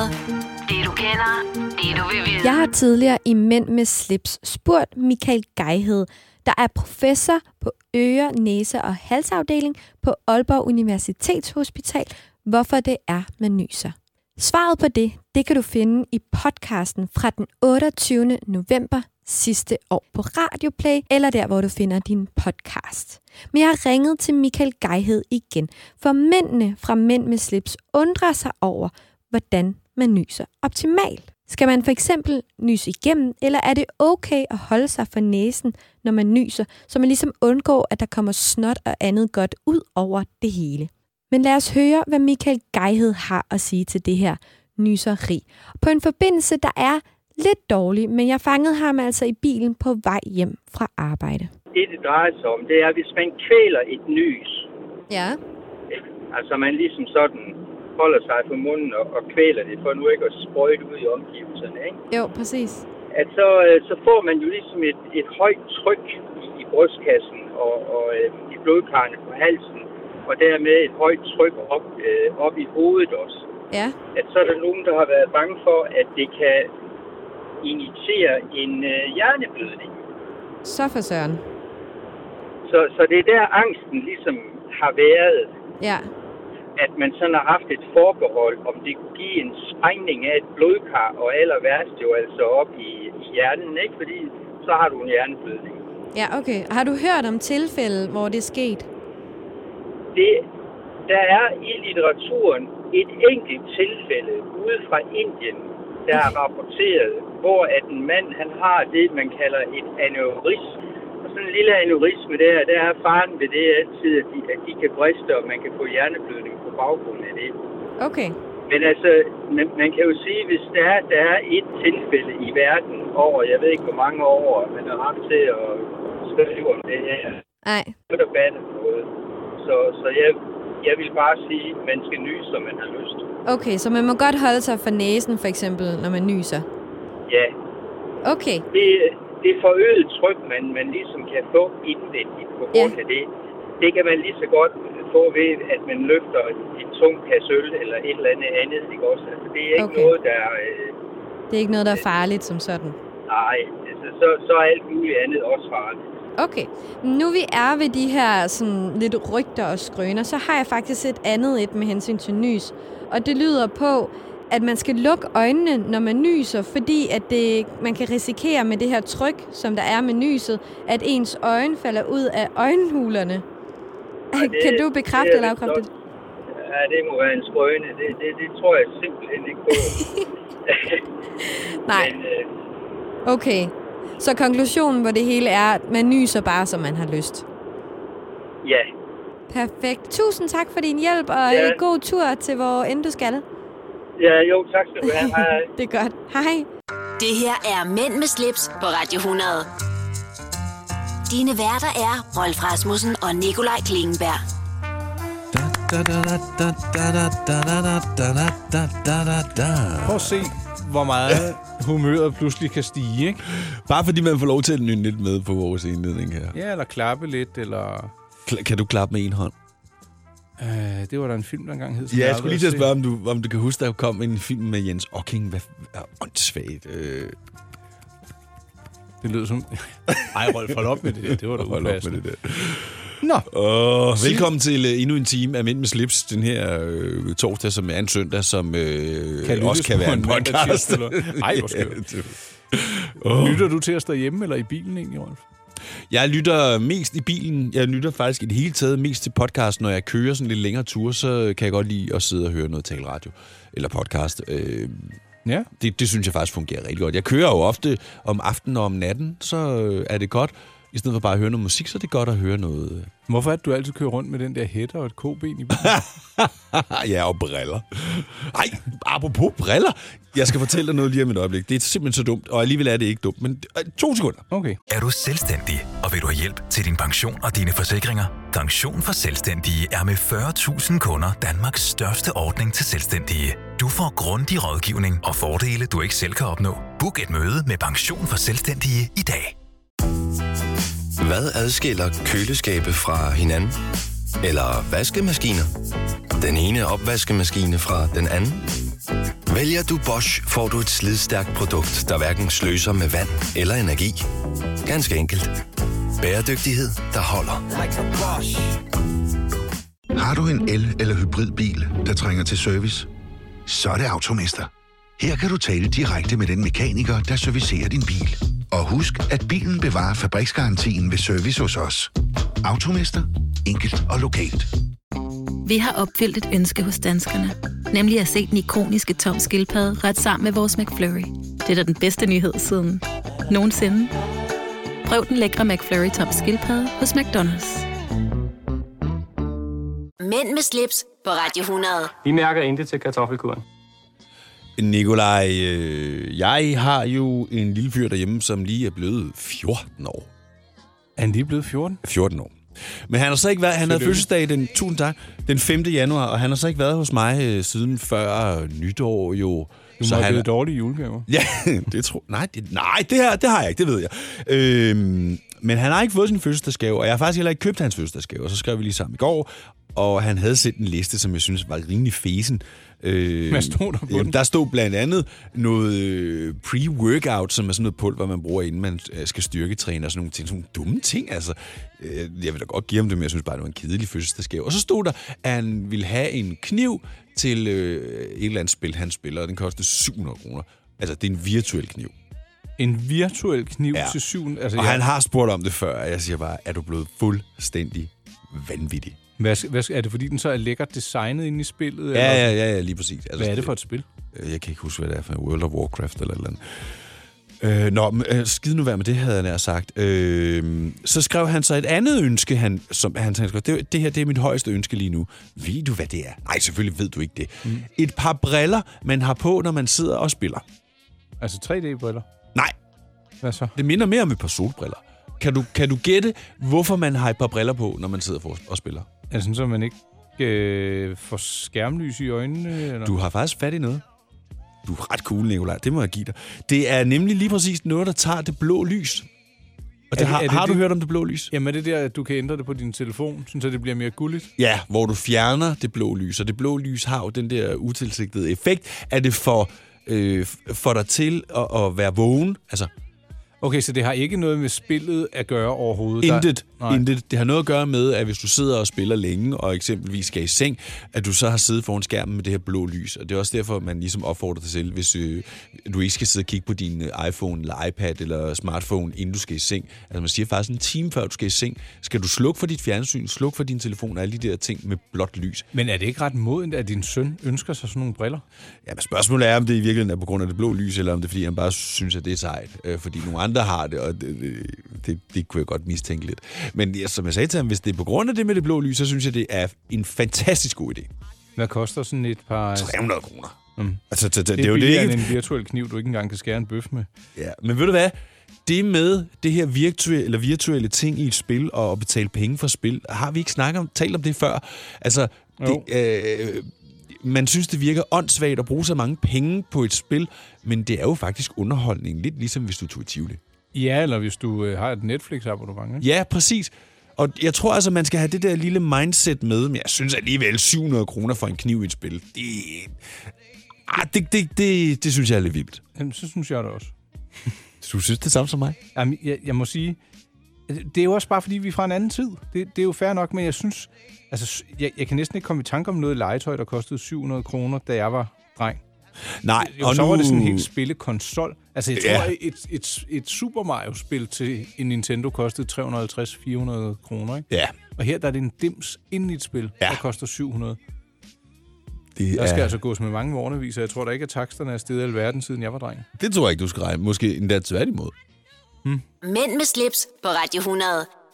Det du kender, det du vil vide.
Jeg har tidligere i Mænd med slips spurgt Michael Geihed, der er professor på øre, næse og halsafdeling på Aalborg Universitetshospital, hvorfor det er, man nyser. Svaret på det, det kan du finde i podcasten fra den 28. november sidste år på Radioplay, eller der, hvor du finder din podcast. Men jeg har ringet til Michael Geihed igen, for mændene fra Mænd med slips undrer sig over, hvordan man nyser optimalt. Skal man for eksempel nyse igennem, eller er det okay at holde sig for næsen, når man nyser, så man ligesom undgår, at der kommer snot og andet godt ud over det hele? Men lad os høre, hvad Michael Geihed har at sige til det her nyseri. På en forbindelse, der er lidt dårlig, men jeg fangede ham altså i bilen på vej hjem fra arbejde.
Det, det drejer sig om, det er, hvis man kvæler et nys.
Ja.
Altså, man ligesom sådan holder sig på munden og, og kvæler det, for nu ikke at sprøjte ud i omgivelserne, ikke?
Jo, præcis.
At så, øh, så får man jo ligesom et, et højt tryk i, i brystkassen og, og øh, i blodkarrene på halsen, og dermed et højt tryk op, øh, op i hovedet også.
Ja.
At så er der nogen, der har været bange for, at det kan initiere en øh, hjerneblødning.
Så for søren.
Så, så det er der angsten ligesom har været,
Ja.
at man sådan har haft et forbehold, om det kunne give en sprængning af et blodkar, og aller værst jo altså op i, i hjernen, ikke? Fordi så har du en hjerneblødning.
Ja, okay. Har du hørt om tilfælde, hvor det er sket?
Det, der er i litteraturen et enkelt tilfælde ude fra Indien, der er rapporteret, hvor at en mand han har det, man kalder et aneurisme. Og sådan en lille aneurisme der, der er faren ved det altid, at de, at de kan briste, og man kan få hjerneblødning på baggrund af det.
Okay.
Men altså, man, man kan jo sige, hvis der er, der er et tilfælde i verden over, jeg ved ikke hvor mange år, man har haft til at skrive om det her,
Nej.
så er der bandet noget. Så, så jeg, jeg vil bare sige, at man skal nyse, som man har lyst.
Okay, så man må godt holde sig for næsen, for eksempel, når man nyser.
Ja,
Okay.
det, det forøget tryk, man, man ligesom kan få indvendigt på grund af det, det kan man lige så godt få ved, at man løfter et, et tungt kasse øl eller et eller andet andet, ikke også? Altså, det er ikke
Okay.
okay. noget, der... Øh,
Det er ikke noget, der er farligt som sådan.
Nej, altså, så, så er alt muligt andet også farligt.
Okay. Nu vi er ved de her sådan, lidt rygter og skrøner, så har jeg faktisk et andet et med hensyn til nys. Og det lyder på, at man skal lukke øjnene, når man nyser, fordi at det, man kan risikere med det her tryk, som der er med nyset, at ens øjne falder ud af øjenhulerne.
Ej, det-
kan du bekræfte
det er
eller
vist
afkræfte det?
nok- ja, det må være en skrøne. Det, det, det tror jeg simpelthen ikke på.
Nej.
øh,
Okay. Så konklusionen på det hele er, at man nyser bare, som man har lyst.
ja,
Perfekt. Tusind tak for din hjælp, og
Ja.
ja. god tur til, hvor end du skal.
ja, jo, tak skal du have. Hej.
det er godt. Hej.
Det her er Mænd med slips på Radio 100. Dine værter er Rolf Rasmussen og Nikolaj Klingenberg.
Prøv at se, hvor meget humøret pludselig kan stige, ikke?
Bare fordi man får lov til at nynne lidt med på vores indledning her.
Ja, eller klappe lidt, eller...
Kla- Kan du klappe med en hånd?
Øh, det var der en film, der engang hed. som
Ja, jeg
aldrig
skulle lige
har
til at
set.
spørge, om du, om du kan huske, der kom en film med Jens Ocking. Hvad er åndssvagt? Øh.
Det lød som... Ej, Rolf, hold op med det der. Det var da
Hold op med
upassende.
det der.
Nå.
Og velkommen til øh, endnu en time af Mænd med slips, den her øh, torsdag, som er en søndag, som øh,
Kan
også
lyttes
kan
på
være
en
en
mandag,
podcast.
tirsdag, eller- Ej, hvor skørt.
det-
Oh. Lytter du til at stå hjemme eller i bilen egentlig, Rolf?
Jeg lytter mest i bilen. Jeg lytter faktisk i det hele taget mest til podcast. Når jeg kører sådan lidt længere ture, så kan jeg godt lide at sidde og høre noget taleradio eller podcast. Øh,
ja.
det, det synes jeg faktisk fungerer rigtig godt. Jeg kører jo ofte om aftenen og om natten, så øh, er det godt. I stedet for bare at høre noget musik, så er det godt at høre noget. øh,
Hvorfor er det, du altid kører rundt med den der hætte og et koben i bilen?
ja, og briller. Ej, apropos briller. Jeg skal fortælle dig noget lige om et øjeblik. Det er simpelthen så dumt, og alligevel er det ikke dumt. Men øh, to sekunder.
Okay.
Er du selvstændig, og vil du have hjælp til din pension og dine forsikringer? Pension for Selvstændige er med 40.000 kunder Danmarks største ordning til selvstændige. Du får grundig rådgivning og fordele, du ikke selv kan opnå. Book et møde med Pension for Selvstændige i dag.
Hvad adskiller køleskabe fra hinanden? Eller vaskemaskiner? Den ene opvaskemaskine fra den anden? Vælger du Bosch, får du et slidstærkt produkt, der hverken sløser med vand eller energi. Ganske enkelt. Bæredygtighed, der holder.
Har du en el- eller hybridbil, der trænger til service? Så er det Automester. Her kan du tale direkte med den mekaniker, der servicerer din bil. Og husk, at bilen bevarer fabriksgarantien ved service hos os. Automester. Enkelt og lokalt.
Vi har opfyldt et ønske hos danskerne. Nemlig at se den ikoniske tom skildpadde ret sammen med vores McFlurry. Det er da den bedste nyhed siden nogensinde. Prøv den lækre McFlurry tom skildpadde hos McDonald's.
Mænd med slips på Radio 100.
Vi mærker intet til kartoffelkuren.
Nikolaj, øh, jeg har jo en lille fyr derhjemme, som lige er blevet 14 år.
Er han lige blevet 14?
14 år. Men han har så ikke været, han havde
Tillykke.
fødselsdag den, tusind tak, den 5. januar, og han har så ikke været hos mig øh, siden før nytår jo.
Du må have
han,
givet dårlige julegaver.
Ja, det tror nej, det, nej, det her, det har jeg ikke, det ved jeg. Øhm, men han har ikke fået sin fødselsdagsgave, og jeg har faktisk heller ikke købt hans fødselsdagsgave, og så skrev vi lige sammen i går, og han havde set en liste, som jeg synes var rimelig fesen. Øh,
Hvad stod der på den?
Der stod blandt andet noget øh, pre-workout, som er sådan noget pulver, man bruger, inden man øh, skal styrketræne og sådan nogle ting. Sådan nogle dumme ting, altså. Øh, jeg vil da godt give ham det, men jeg synes bare, det var en kedelig fødselsdagsgave. Og så stod der, at han ville have en kniv til øh, et eller andet spil, han spiller, og den kostede 700 kroner. Altså, det er en virtuel kniv.
En virtuel kniv ja. til syvende...
Altså, og han har spurgt om det før, og jeg siger bare, er du blevet fuldstændig vanvittig?
Hvad, sk- hvad, sk- er det, fordi den så er lækkert designet inde i spillet?
Ja, ja, ja, ja, lige præcis. Altså,
Hvad er det for et spil?
Øh, Jeg kan ikke huske, hvad det er for en World of Warcraft eller et eller andet. Øh, nå, men, øh, skide nu være med det, havde jeg nær sagt. Øh, så skrev han så et andet ønske, han, som han sagde, det, det her det er mit højeste ønske lige nu. Ved du, hvad det er? Nej, selvfølgelig ved du ikke det. Mm. Et par briller, man har på, når man sidder og spiller.
Altså 3D-briller?
Nej.
Hvad så?
Det minder mere om et par solbriller. Kan du, kan du gætte, hvorfor man har et par briller på, når man sidder for, og spiller?
Er det sådan, så man ikke øh, får skærmlys i øjnene? Eller?
Du har faktisk fat i noget. Du er ret cool, Nicolaj. Det må jeg give dig. Det er nemlig lige præcis noget, der tager det blå lys. Og det, har, har du hørt om det blå lys?
Jamen, er det der, at du kan ændre det på din telefon, sådan så det bliver mere gulligt?
Ja, hvor du fjerner det blå lys, og det blå lys har jo den der utilsigtede effekt, at det får, øh, får dig til at, at være vågen. Altså,
Okay, så det har ikke noget med spillet at gøre overhovedet?
Intet, intet. Det har noget at gøre med, at hvis du sidder og spiller længe, og eksempelvis skal i seng, at du så har siddet foran skærmen med det her blå lys. Og det er også derfor, man ligesom opfordrer dig selv, hvis øh, du ikke skal sidde og kigge på din øh, iPhone, eller iPad, eller smartphone, inden du skal i seng. Altså man siger faktisk en time før du skal i seng, skal du slukke for dit fjernsyn, slukke for din telefon og alle de der ting med blåt lys.
Men er det ikke ret modent, at din søn ønsker sig sådan nogle briller?
Ja, men spørgsmålet er, om det i virkeligheden er på grund af det blå lys, eller om det er, fordi han bare synes, at det er sejt. Øh, fordi nogle andre har det, og det, det, det, det kunne jeg godt mistænke lidt. Men ja, som jeg sagde til ham, hvis det er på grund af det med det blå lys, så synes jeg, det er en fantastisk god idé.
Hvad koster sådan et par...
300 kroner.
Mm.
Altså, det,
Det,
det, det er jo det
billigere
ikke...
end en virtuel kniv, du ikke engang kan skære en bøf med.
Ja, men ved du hvad? Det med det her virtuelle, eller virtuelle ting i et spil og at betale penge for spil, har vi ikke snakket om, talt om det før? Altså, det, øh, man synes, det virker åndssvagt at bruge så mange penge på et spil, men det er jo faktisk underholdning, lidt ligesom hvis du tog i Tivoli.
Ja, eller hvis du øh, har et Netflix-abonnement. ikke?
Ja, præcis. Og jeg tror altså, man skal have det der lille mindset med, men jeg synes alligevel 700 kroner for en kniv i et spil, det, ah, det, det, det, det synes jeg er lidt vildt.
Jamen, så synes jeg det også.
Du synes det samme som mig?
Jamen, jeg, jeg må sige, det er jo også bare, fordi vi er fra en anden tid. Det, det er jo fair nok, men jeg synes... Altså, s- jeg, jeg kan næsten ikke komme i tanke om noget legetøj, der kostede 700 kroner, da jeg var dreng.
Nej,
Jo,
og
så
nu...
var det sådan en helt spillekonsol. Altså, jeg tror,
Ja.
ja. et, et, et Super Mario-spil til en Nintendo kostede 350-400 kroner, ikke?
Ja.
Og her der er det en dims inden i et spil, ja. der koster 700.
Det
Der skal
er-
altså gås med mange morgenviser. Jeg tror da ikke, at taksterne er steget i alverden, siden jeg var dreng.
Det tror jeg ikke, du skal regne. Måske endda tværtimod.
Mænd med slips på Radio 100.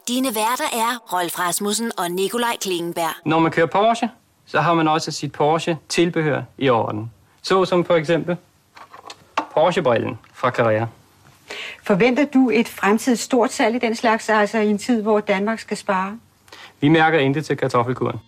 Dine værter er Rolf Rasmussen og Nikolaj Klingenberg.
Når man kører Porsche, så har man også sit Porsche-tilbehør i orden. Så som for eksempel Porsche-brillen fra Carrera.
Forventer du et fremtidigt stort salg i den slags, altså i en tid, hvor Danmark skal spare?
Vi mærker intet til kartoffelkuren.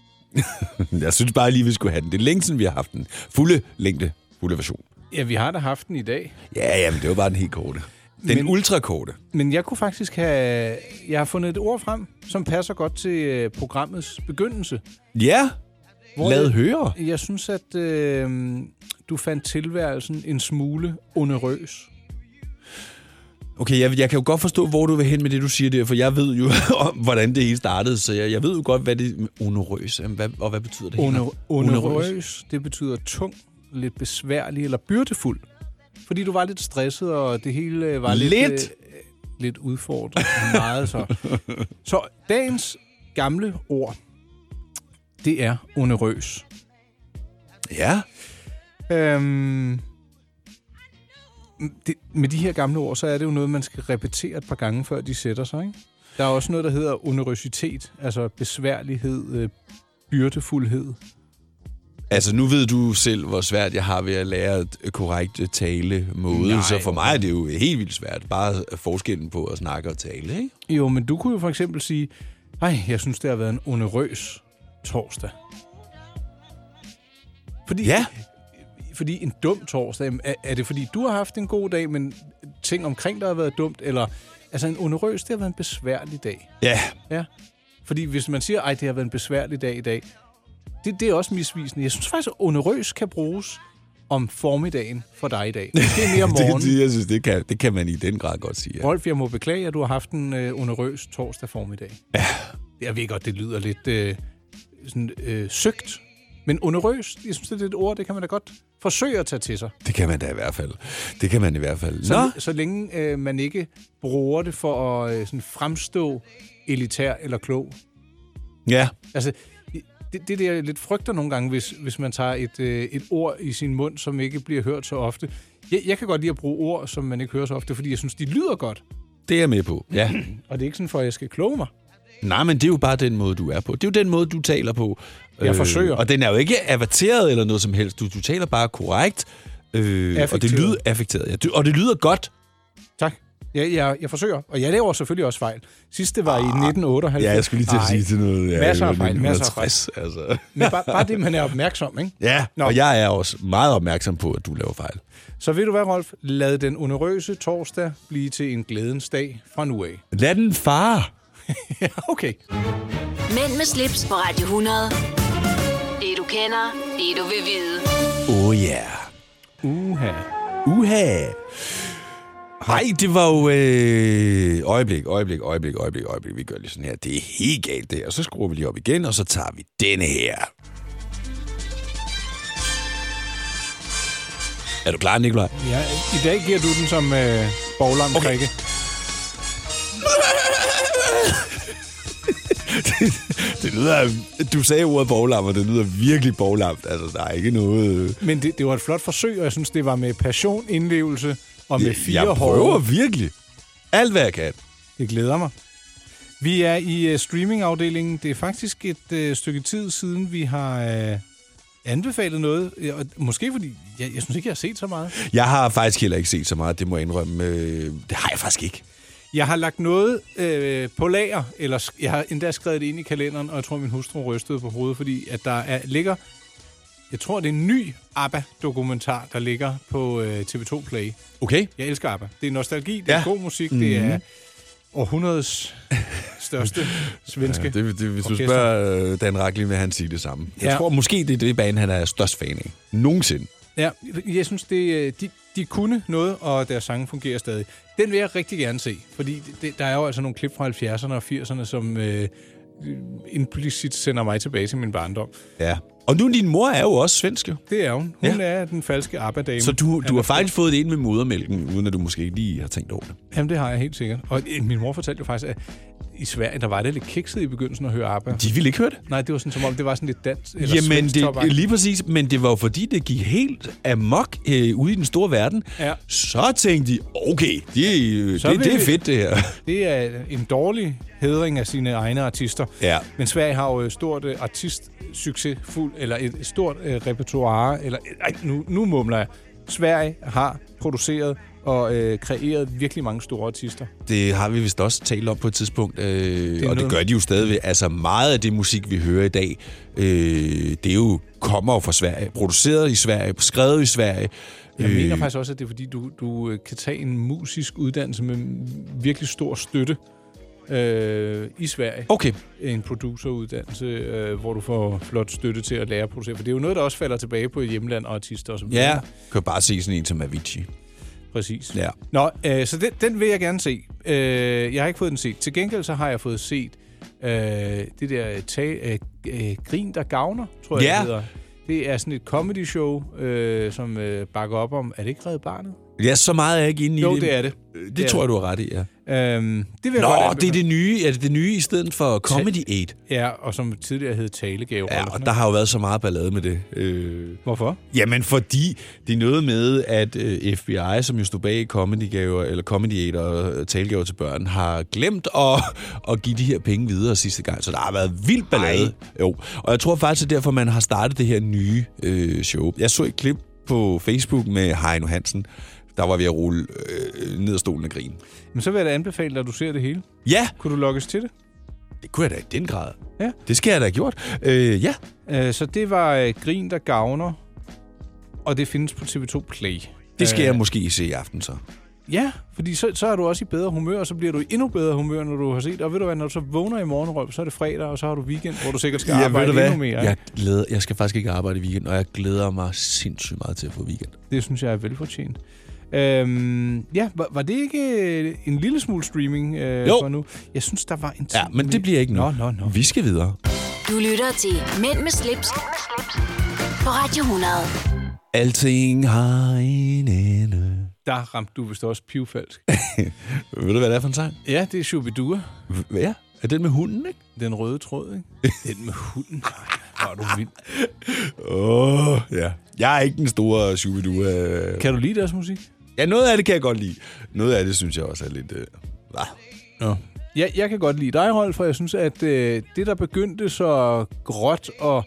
Jeg synes bare lige, vi skulle have den. Det er længe siden, vi har haft den. Fulde længde, fulde version.
Ja, vi har da haft den i dag.
Ja, jamen, det var bare den helt korte. Den men, ultrakorte.
Men jeg kunne faktisk have... Jeg har fundet et ord frem, som passer godt til øh, programmets begyndelse.
Ja, lad
jeg,
høre.
Jeg synes, at øh, du fandt tilværelsen en smule onerøs.
Okay, jeg, jeg kan jo godt forstå, hvor du vil hen med det, du siger der, for jeg ved jo, om, hvordan det hele startede, så jeg, jeg ved jo godt, hvad det... Onerøs, jamen, hvad, og hvad betyder det?
Oner,
Henrik?
onerøs, det betyder tung, lidt besværlig eller byrdefuld. Fordi du var lidt stresset, og det hele øh, var lidt...
Lidt?
øh, lidt udfordret. Meget så. Så dagens gamle ord, det er onerøs.
Ja.
Øhm, det, med de her gamle ord, så er det jo noget, man skal repetere et par gange, før de sætter sig. Ikke? Der er også noget, der hedder onerøsitet, altså besværlighed, øh, byrdefuldhed.
Altså, nu ved du selv, hvor svært jeg har ved at lære et korrekt øh, tale måde,
Nej.
så for mig er det jo helt vildt svært. Bare forskellen på at snakke og tale, ikke?
Jo, men du kunne jo for eksempel sige, nej, jeg synes, det har været en onerøs torsdag. Fordi, ja. Fordi en dum torsdag, jamen, er, er det fordi, du har haft en god dag, men ting omkring dig har været dumt, eller altså en onerøs, det har været en besværlig dag.
Ja.
Ja. Fordi hvis man siger, ej, det har været en besværlig dag i dag, det, det er også misvisende. Jeg synes faktisk, at onerøs kan bruges om formiddagen for dig i dag. Måske mere om morgenen.
det, det, jeg synes, det kan, det kan man i den grad godt sige.
Ja. Rolf, jeg må beklage, at du har haft en øh, onerøs torsdag formiddag. Ja. Jeg ved godt, det lyder lidt øh, sådan, øh, søgt, men onerøs, jeg synes, det er et ord, det kan man da godt forsøge at tage til sig.
Det kan man da i hvert fald. Det kan man i hvert fald.
Så, så længe øh, man ikke bruger det for at øh, sådan fremstå elitær eller klog.
Ja.
Altså, det, det der jeg lidt frygter nogle gange, hvis, hvis man tager et, øh, et ord i sin mund, som ikke bliver hørt så ofte. Jeg, jeg kan godt lide at bruge ord, som man ikke hører så ofte, fordi jeg synes, de lyder godt.
Det er jeg med på, ja.
Og det er ikke sådan, for at jeg skal kloge mig.
Nej, men det er jo bare den måde, du er på. Det er jo den måde, du taler på. Øh,
Jeg forsøger.
Og den er jo ikke avateret eller noget som helst. Du, du taler bare korrekt. Øh, og det
Affekteret.
lyder affekteret. Ja. Du, og det lyder godt.
Tak. Jeg, jeg, jeg forsøger, og jeg laver selvfølgelig også fejl. Sidste var i 1998.
Ah, Ja, jeg skulle lige til at sige til noget. Ja,
masser af fejl, masser af fejl.
1960, Altså.
Men bare, bare det, man er opmærksom, ikke?
Ja, Nå. og jeg er også meget opmærksom på, at du laver fejl.
Så ved du hvad, Rolf? Lad den onerøse torsdag blive til en glædens dag fra nu af.
Lad den far.
Okay.
Mænd med slips på Radio 100. Det du kender, det du vil vide.
Oh yeah.
Uha.
Uha. Nej, det var jo... Øh, øjeblik, øjeblik, øjeblik, øjeblik, øjeblik. Vi gør lige sådan her. Det er helt galt det her. Så skruer vi lige op igen, og så tager vi denne her. Er du klar, Nikolaj?
Ja, i dag giver du den som øh, boglam okay.
det lyder... Du sagde ordet boglam, og det lyder virkelig boglamt. Altså, der er ikke noget...
Men det, det var et flot forsøg, og jeg synes, det var med passion, indlevelse og med fire
jeg
hår.
prøver virkelig. Alt, hvad jeg kan.
Det glæder mig. Vi er i uh, streamingafdelingen. Det er faktisk et uh, stykke tid siden, vi har uh, anbefalet noget. Ja, og Måske fordi, jeg, jeg synes ikke, jeg har set så meget.
Jeg har faktisk heller ikke set så meget, det må jeg indrømme. Øh, Det har jeg faktisk ikke.
Jeg har lagt noget øh, på lager, eller sk- jeg har endda skrevet det ind i kalenderen, og jeg tror, min hustru rystede på hovedet, fordi at der er, ligger, jeg tror, det er en ny ABBA-dokumentar, der ligger på øh, TV2 Play.
Okay.
Jeg elsker ABBA. Det er nostalgi, det er
Ja.
god musik,
Mhm.
det er århundredets største svenske
Ja, det, det, hvis du
orkester.
spørger øh, Dan Racklin, vil han sige det samme. Ja.
Ja.
Jeg tror måske, det er det bane, han er størst fan af. Nogensinde.
Ja, jeg synes, det, øh, de, de kunne noget, og deres sange fungerer stadig. Den vil jeg rigtig gerne se, fordi det, der er jo altså nogle klip fra 70'erne og 80'erne, som øh, implicit sender mig tilbage til min barndom.
Ja. Og nu, din mor er jo også svensk, jo.
Det er hun. Hun ja. er den falske ABBA-dame.
Så du, du
Ja,
har faktisk fået det ind med modermælken, uden at du måske lige har tænkt over det.
Jamen, det har jeg helt sikkert. Og øh, min mor fortalte jo faktisk, at i Sverige, der var det lidt kikset i begyndelsen at høre ABBA.
De ville ikke høre det.
Nej, det var sådan, som om det var sådan lidt dans. Eller
Jamen,
svensk
det,
topagtigt.
lige præcis. Men det var jo fordi, det gik helt amok øh, ude i den store verden.
Ja.
Så tænkte de, okay, de, øh,
Så
det,
vil
det er
vi-
fedt, det her.
Det er en dårlig hedring af sine egne artister.
Ja.
Men Sverige har jo et stort øh, artistsuccesfuld, eller et stort øh, repertoire, eller... Ej, nu, nu mumler jeg. Sverige har produceret og øh, kreeret virkelig mange store artister.
Det har vi vist også talt om på et tidspunkt, øh,
er
og
noget-
det gør de jo stadigvæk. Altså meget af det musik, vi hører i dag, øh, det er jo kommer jo fra Sverige, produceret i Sverige, skrevet i Sverige.
Jeg øh. mener faktisk også, at det er fordi, du, du øh, kan tage en musisk uddannelse med virkelig stor støtte øh, i Sverige.
Okay.
En produceruddannelse, øh, hvor du får flot støtte til at lære at producere. For det er jo noget, der også falder tilbage på hjemland og artister. Og sådan
Ja, kan bare se sådan en som Avicii.
Præcis.
Ja.
Nå, øh, så den, den vil jeg gerne se. Øh, jeg har ikke fået den set. Til gengæld så har jeg fået set øh, det der tag, øh, øh, Grin, der gavner, tror jeg,
Ja.
det hedder. Det er sådan et comedy show, øh, som øh, bakker op om... Er det ikke Red Barnet?
Ja, så meget er jeg ikke inde i
Jo,
det.
det er det.
Det,
Det er
tror jeg,
det.
du har ret i, ja.
Øhm, det vil jeg godt
Nå,
anbefale.
det er det nye. Er det det nye i stedet for Comedy 8?
Ja, og som tidligere hed Talegave.
Ja, og der har jo været så meget ballade med det. Øh,
Hvorfor?
Jamen, fordi det er noget med, at øh, FBI, som jo stod bag comedygaver, eller comedy og øh, talegaver til børn, har glemt at, at give de her penge videre sidste gang. Så der har været vildt ballade. Jo. Og jeg tror faktisk, det er derfor, man har startet det her nye øh, show. Jeg så et klip på Facebook med Heino Hansen. Der var vi at rulle øh, ned ad stolen af grin.
Men så vil jeg da anbefale dig, at du ser det hele.
Ja!
Kunne du lokkes til det?
Det kunne jeg da i den grad.
Ja.
Det skal jeg da have gjort. Øh, ja.
Øh, så det var øh, Grin, der gavner, og det findes på TV2 Play.
Det skal
Øh,
jeg måske se i aften så.
Ja, fordi så, så er du også i bedre humør, og så bliver du i endnu bedre humør, når du har set. Og ved du hvad, når du så vågner i morgen, Rolf, så er det fredag, og så har du weekend, hvor du sikkert skal
Ja,
arbejde
ved du hvad?
endnu mere.
Jeg, glæder, jeg skal faktisk ikke arbejde i weekend, og jeg glæder mig sindssygt meget til at få weekend.
Det synes jeg er velfortjent. Øhm, ja, var, var det ikke øh, en lille smule streaming øh,
Jo.
for nu? Jeg synes, der var en
Ja, men det bliver ikke nu.
Nå, nå, nå.
Vi skal videre.
Du lytter til Mænd med slips, på Radio 100.
Alting har en ende.
Der ramte du vist også pivfalsk.
Ved du, hvad det er for en sang?
Ja, det er Shubidua.
V- Ja, er den med hunden, ikke?
Den røde tråd, ikke? Den med hunden. Ej, Hvor er du vild.
Åh, oh, ja. Jeg er ikke den store shubidua.
Kan du lide deres musik?
Ja, noget af det kan jeg godt lide. Noget af det synes jeg også er lidt... Øh, ah.
Nå. Ja, jeg kan godt lide dig, Rolf, for jeg synes, at øh, det, der begyndte så gråt og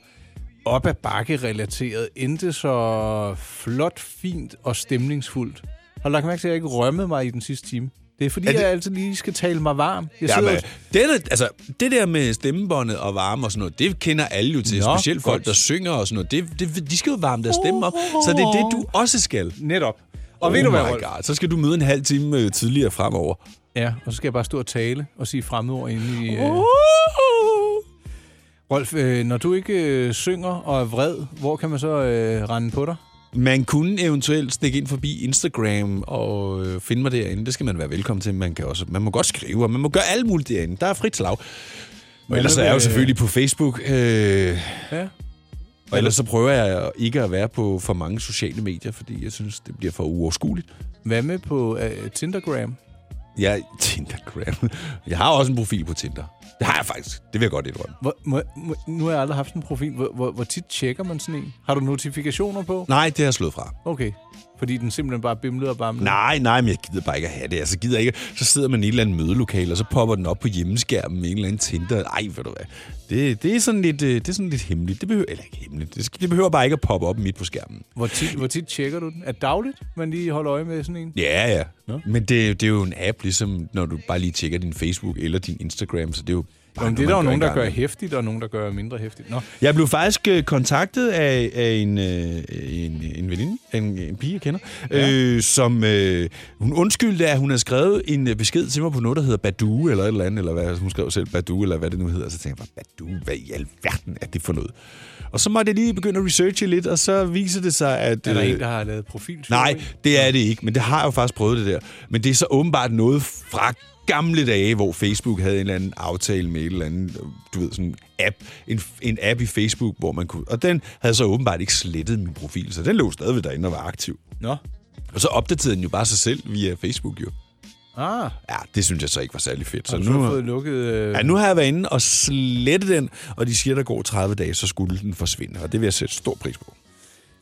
op ad bakke relateret, endte så flot, fint og stemningsfuldt. Har du lagt mærke til, at jeg ikke rømmede mig i den sidste time? Det er fordi,
Er
er det...
det-
jeg altid lige skal tale mig varm. Jeg
Ja,
sidder
men,
jo-
den er, altså, det der med stemmebåndet og varme og sådan noget, det kender alle jo til.
Nå,
Specielt folk,
godt.
der synger og sådan noget. Det, det, de skal jo varme deres stemme op, så det er det, du også skal.
Netop. Og ved du hvad,
Oh my
Rolf?
God. Så skal du møde en halv time øh, tidligere fremover.
Ja, og så skal jeg bare stå og tale og sige fremmedord inde i...
Uh-huh.
Øh... Rolf, øh, når du ikke øh, synger og er vred, hvor kan man så øh, rende på dig?
Man kunne eventuelt stikke ind forbi Instagram og øh, finde mig derinde. Det skal man være velkommen til. Man, kan også, man må godt skrive, og man må gøre alt muligt derinde. Der er frit slag. Og ellers er jeg jo selvfølgelig på Facebook. Øh,
Ja.
og ellers så prøver jeg ikke at være på for mange sociale medier, fordi jeg synes, det bliver for uoverskueligt.
Hvad med på øh, Tindergram?
Ja, Tindergram. Jeg har også en profil på Tinder. Det har jeg faktisk. Det vil jeg godt indrømme.
Hvor, må, må, nu har jeg aldrig haft sådan en profil. Hvor, hvor, hvor tit tjekker man sådan en? Har du notifikationer på?
Nej, det har jeg slået fra.
Okay. Fordi den simpelthen bare bimlede og bamlede.
Nej, nej, men jeg gider bare ikke at have det. Altså, gider jeg ikke. Så sidder man i et eller andet mødelokale, og så popper den op på hjemmeskærmen med en eller anden Tinder. Ej, ved du hvad. Det, det, er sådan lidt, øh, det er sådan lidt hemmeligt. Det behøver, eller ikke hemmeligt. Det, skal- det behøver bare ikke at poppe op midt på skærmen.
Hvor tit, hvor tit tjekker du den? Er det dagligt, man lige holder øje med sådan en?
Ja, ja. Nå? Men det, det er jo en app, ligesom når du bare lige tjekker din Facebook eller din Instagram, så det er jo bare
Jamen, det er
noget,
der jo
man
nogen, der
engang
gør
imellem.
hæftigt, og nogen, der gør mindre hæftigt. Nå,
Jeg blev faktisk øh, kontaktet af, af en, øh, en, en veninde, en, en pige, jeg kender, ja. øh, som øh, hun undskyldte, at hun havde skrevet en øh, besked til mig på noget, der hedder Badu, eller et eller andet, eller hvad hun skrev selv, Badu, eller hvad det nu hedder. Og så tænkte jeg bare, Badu, hvad i alverden er det for noget? Og så måtte jeg lige begynde at researche lidt, og så viser det sig, at...
er der
øh,
en, der har lavet profil?
Nej, det er det ikke, men det har jeg jo faktisk prøvet det der. Men det er så åbenbart noget fra gamle dage, hvor Facebook havde en eller anden aftale med et eller andet, du ved, sådan en app, en, en app i Facebook, hvor man kunne... Og den havde så åbenbart ikke slettet min profil, så den lå stadigvæk derinde og var aktiv.
Nå.
Og så opdaterede den jo bare sig selv via Facebook, jo.
Ah,
Ja, det synes jeg så ikke var særlig fedt.
så har du nu fået lukket... Øh...
Ja, nu har jeg været inde og slettet den, og de siger, der går 30 dage, så skulle den forsvinde, og det vil jeg sætte stor pris på.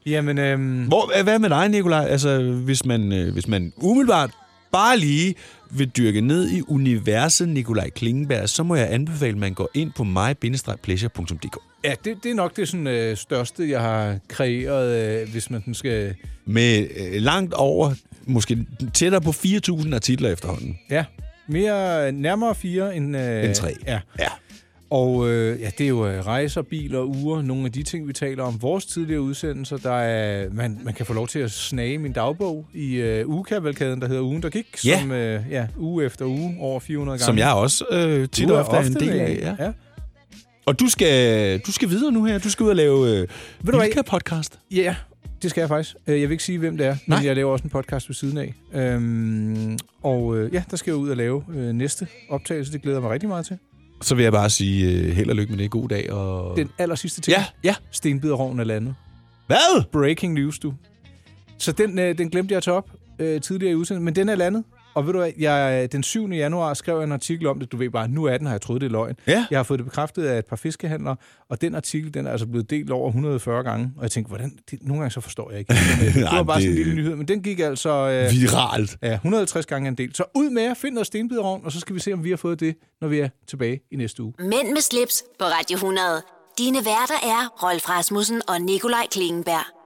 Jamen, øhm...
Hvor, øh, hvad med dig, Nikolaj? Altså, hvis man, øh, hvis man umiddelbart bare lige vil dyrke ned i universet Nikolaj Klingenberg, så må jeg anbefale, at man går ind på mig-pleasure.dk.
Ja, det, det er nok det sådan, øh, største, jeg har kreeret, øh, hvis man den skal...
Med øh, langt over, måske tættere på 4.000 artikler efterhånden.
Ja, mere nærmere fire end... Øh,
End tre.
Ja. ja. Og øh, ja, det er jo øh, rejser, biler, uger, nogle af de ting, vi taler om. Vores tidligere udsendelser, der er, man, man kan få lov til at snage min dagbog i øh, ugekavalkaden, der hedder Ugen, der gik,
Ja.
som øh, ja, uge efter uge, over 400 gange.
Som jeg også øh, tit
Du
og ofte er en del af.
med,
Ja.
ja.
Og du skal, du skal videre nu her. Du skal ud og lave øh,
Ved du hvad?
Vilka-podcast.
Ja, det skal jeg faktisk. Øh, Jeg vil ikke sige, hvem det er, Nej. men jeg laver også en podcast ved siden af. Øhm, og øh, ja, der skal jeg ud og lave øh, næste optagelse. Det glæder jeg mig rigtig meget til.
Så vil jeg bare sige øh, held og lykke med det. God dag. Og...
Den aller sidste ting.
Ja, ja.
Stenbiderovnen er landet.
Hvad?
Breaking news, du. Så den, øh, den glemte jeg at tage op øh, tidligere i udsendelsen, men den er landet. Og ved du hvad, jeg, øh, den 7. januar skrev jeg en artikel om det. Du ved bare, nu er den, har jeg troet, det er løgn.
Ja.
Jeg har fået det bekræftet af et par fiskehandlere, og den artikel, den er altså blevet delt over 140 gange. Og jeg tænkte, hvordan? Det, nogle gange så forstår jeg ikke. det var bare sådan en
det-
lille nyhed, men den gik altså... Øh,
Viralt.
Ja, 150 gange en del. Så ud med jer, find noget stenbiderovn, og så skal vi se, om vi har fået det, når vi er tilbage i næste uge.
Mænd med slips på Radio 100. Dine værter er Rolf Rasmussen og Nikolaj Klingenberg.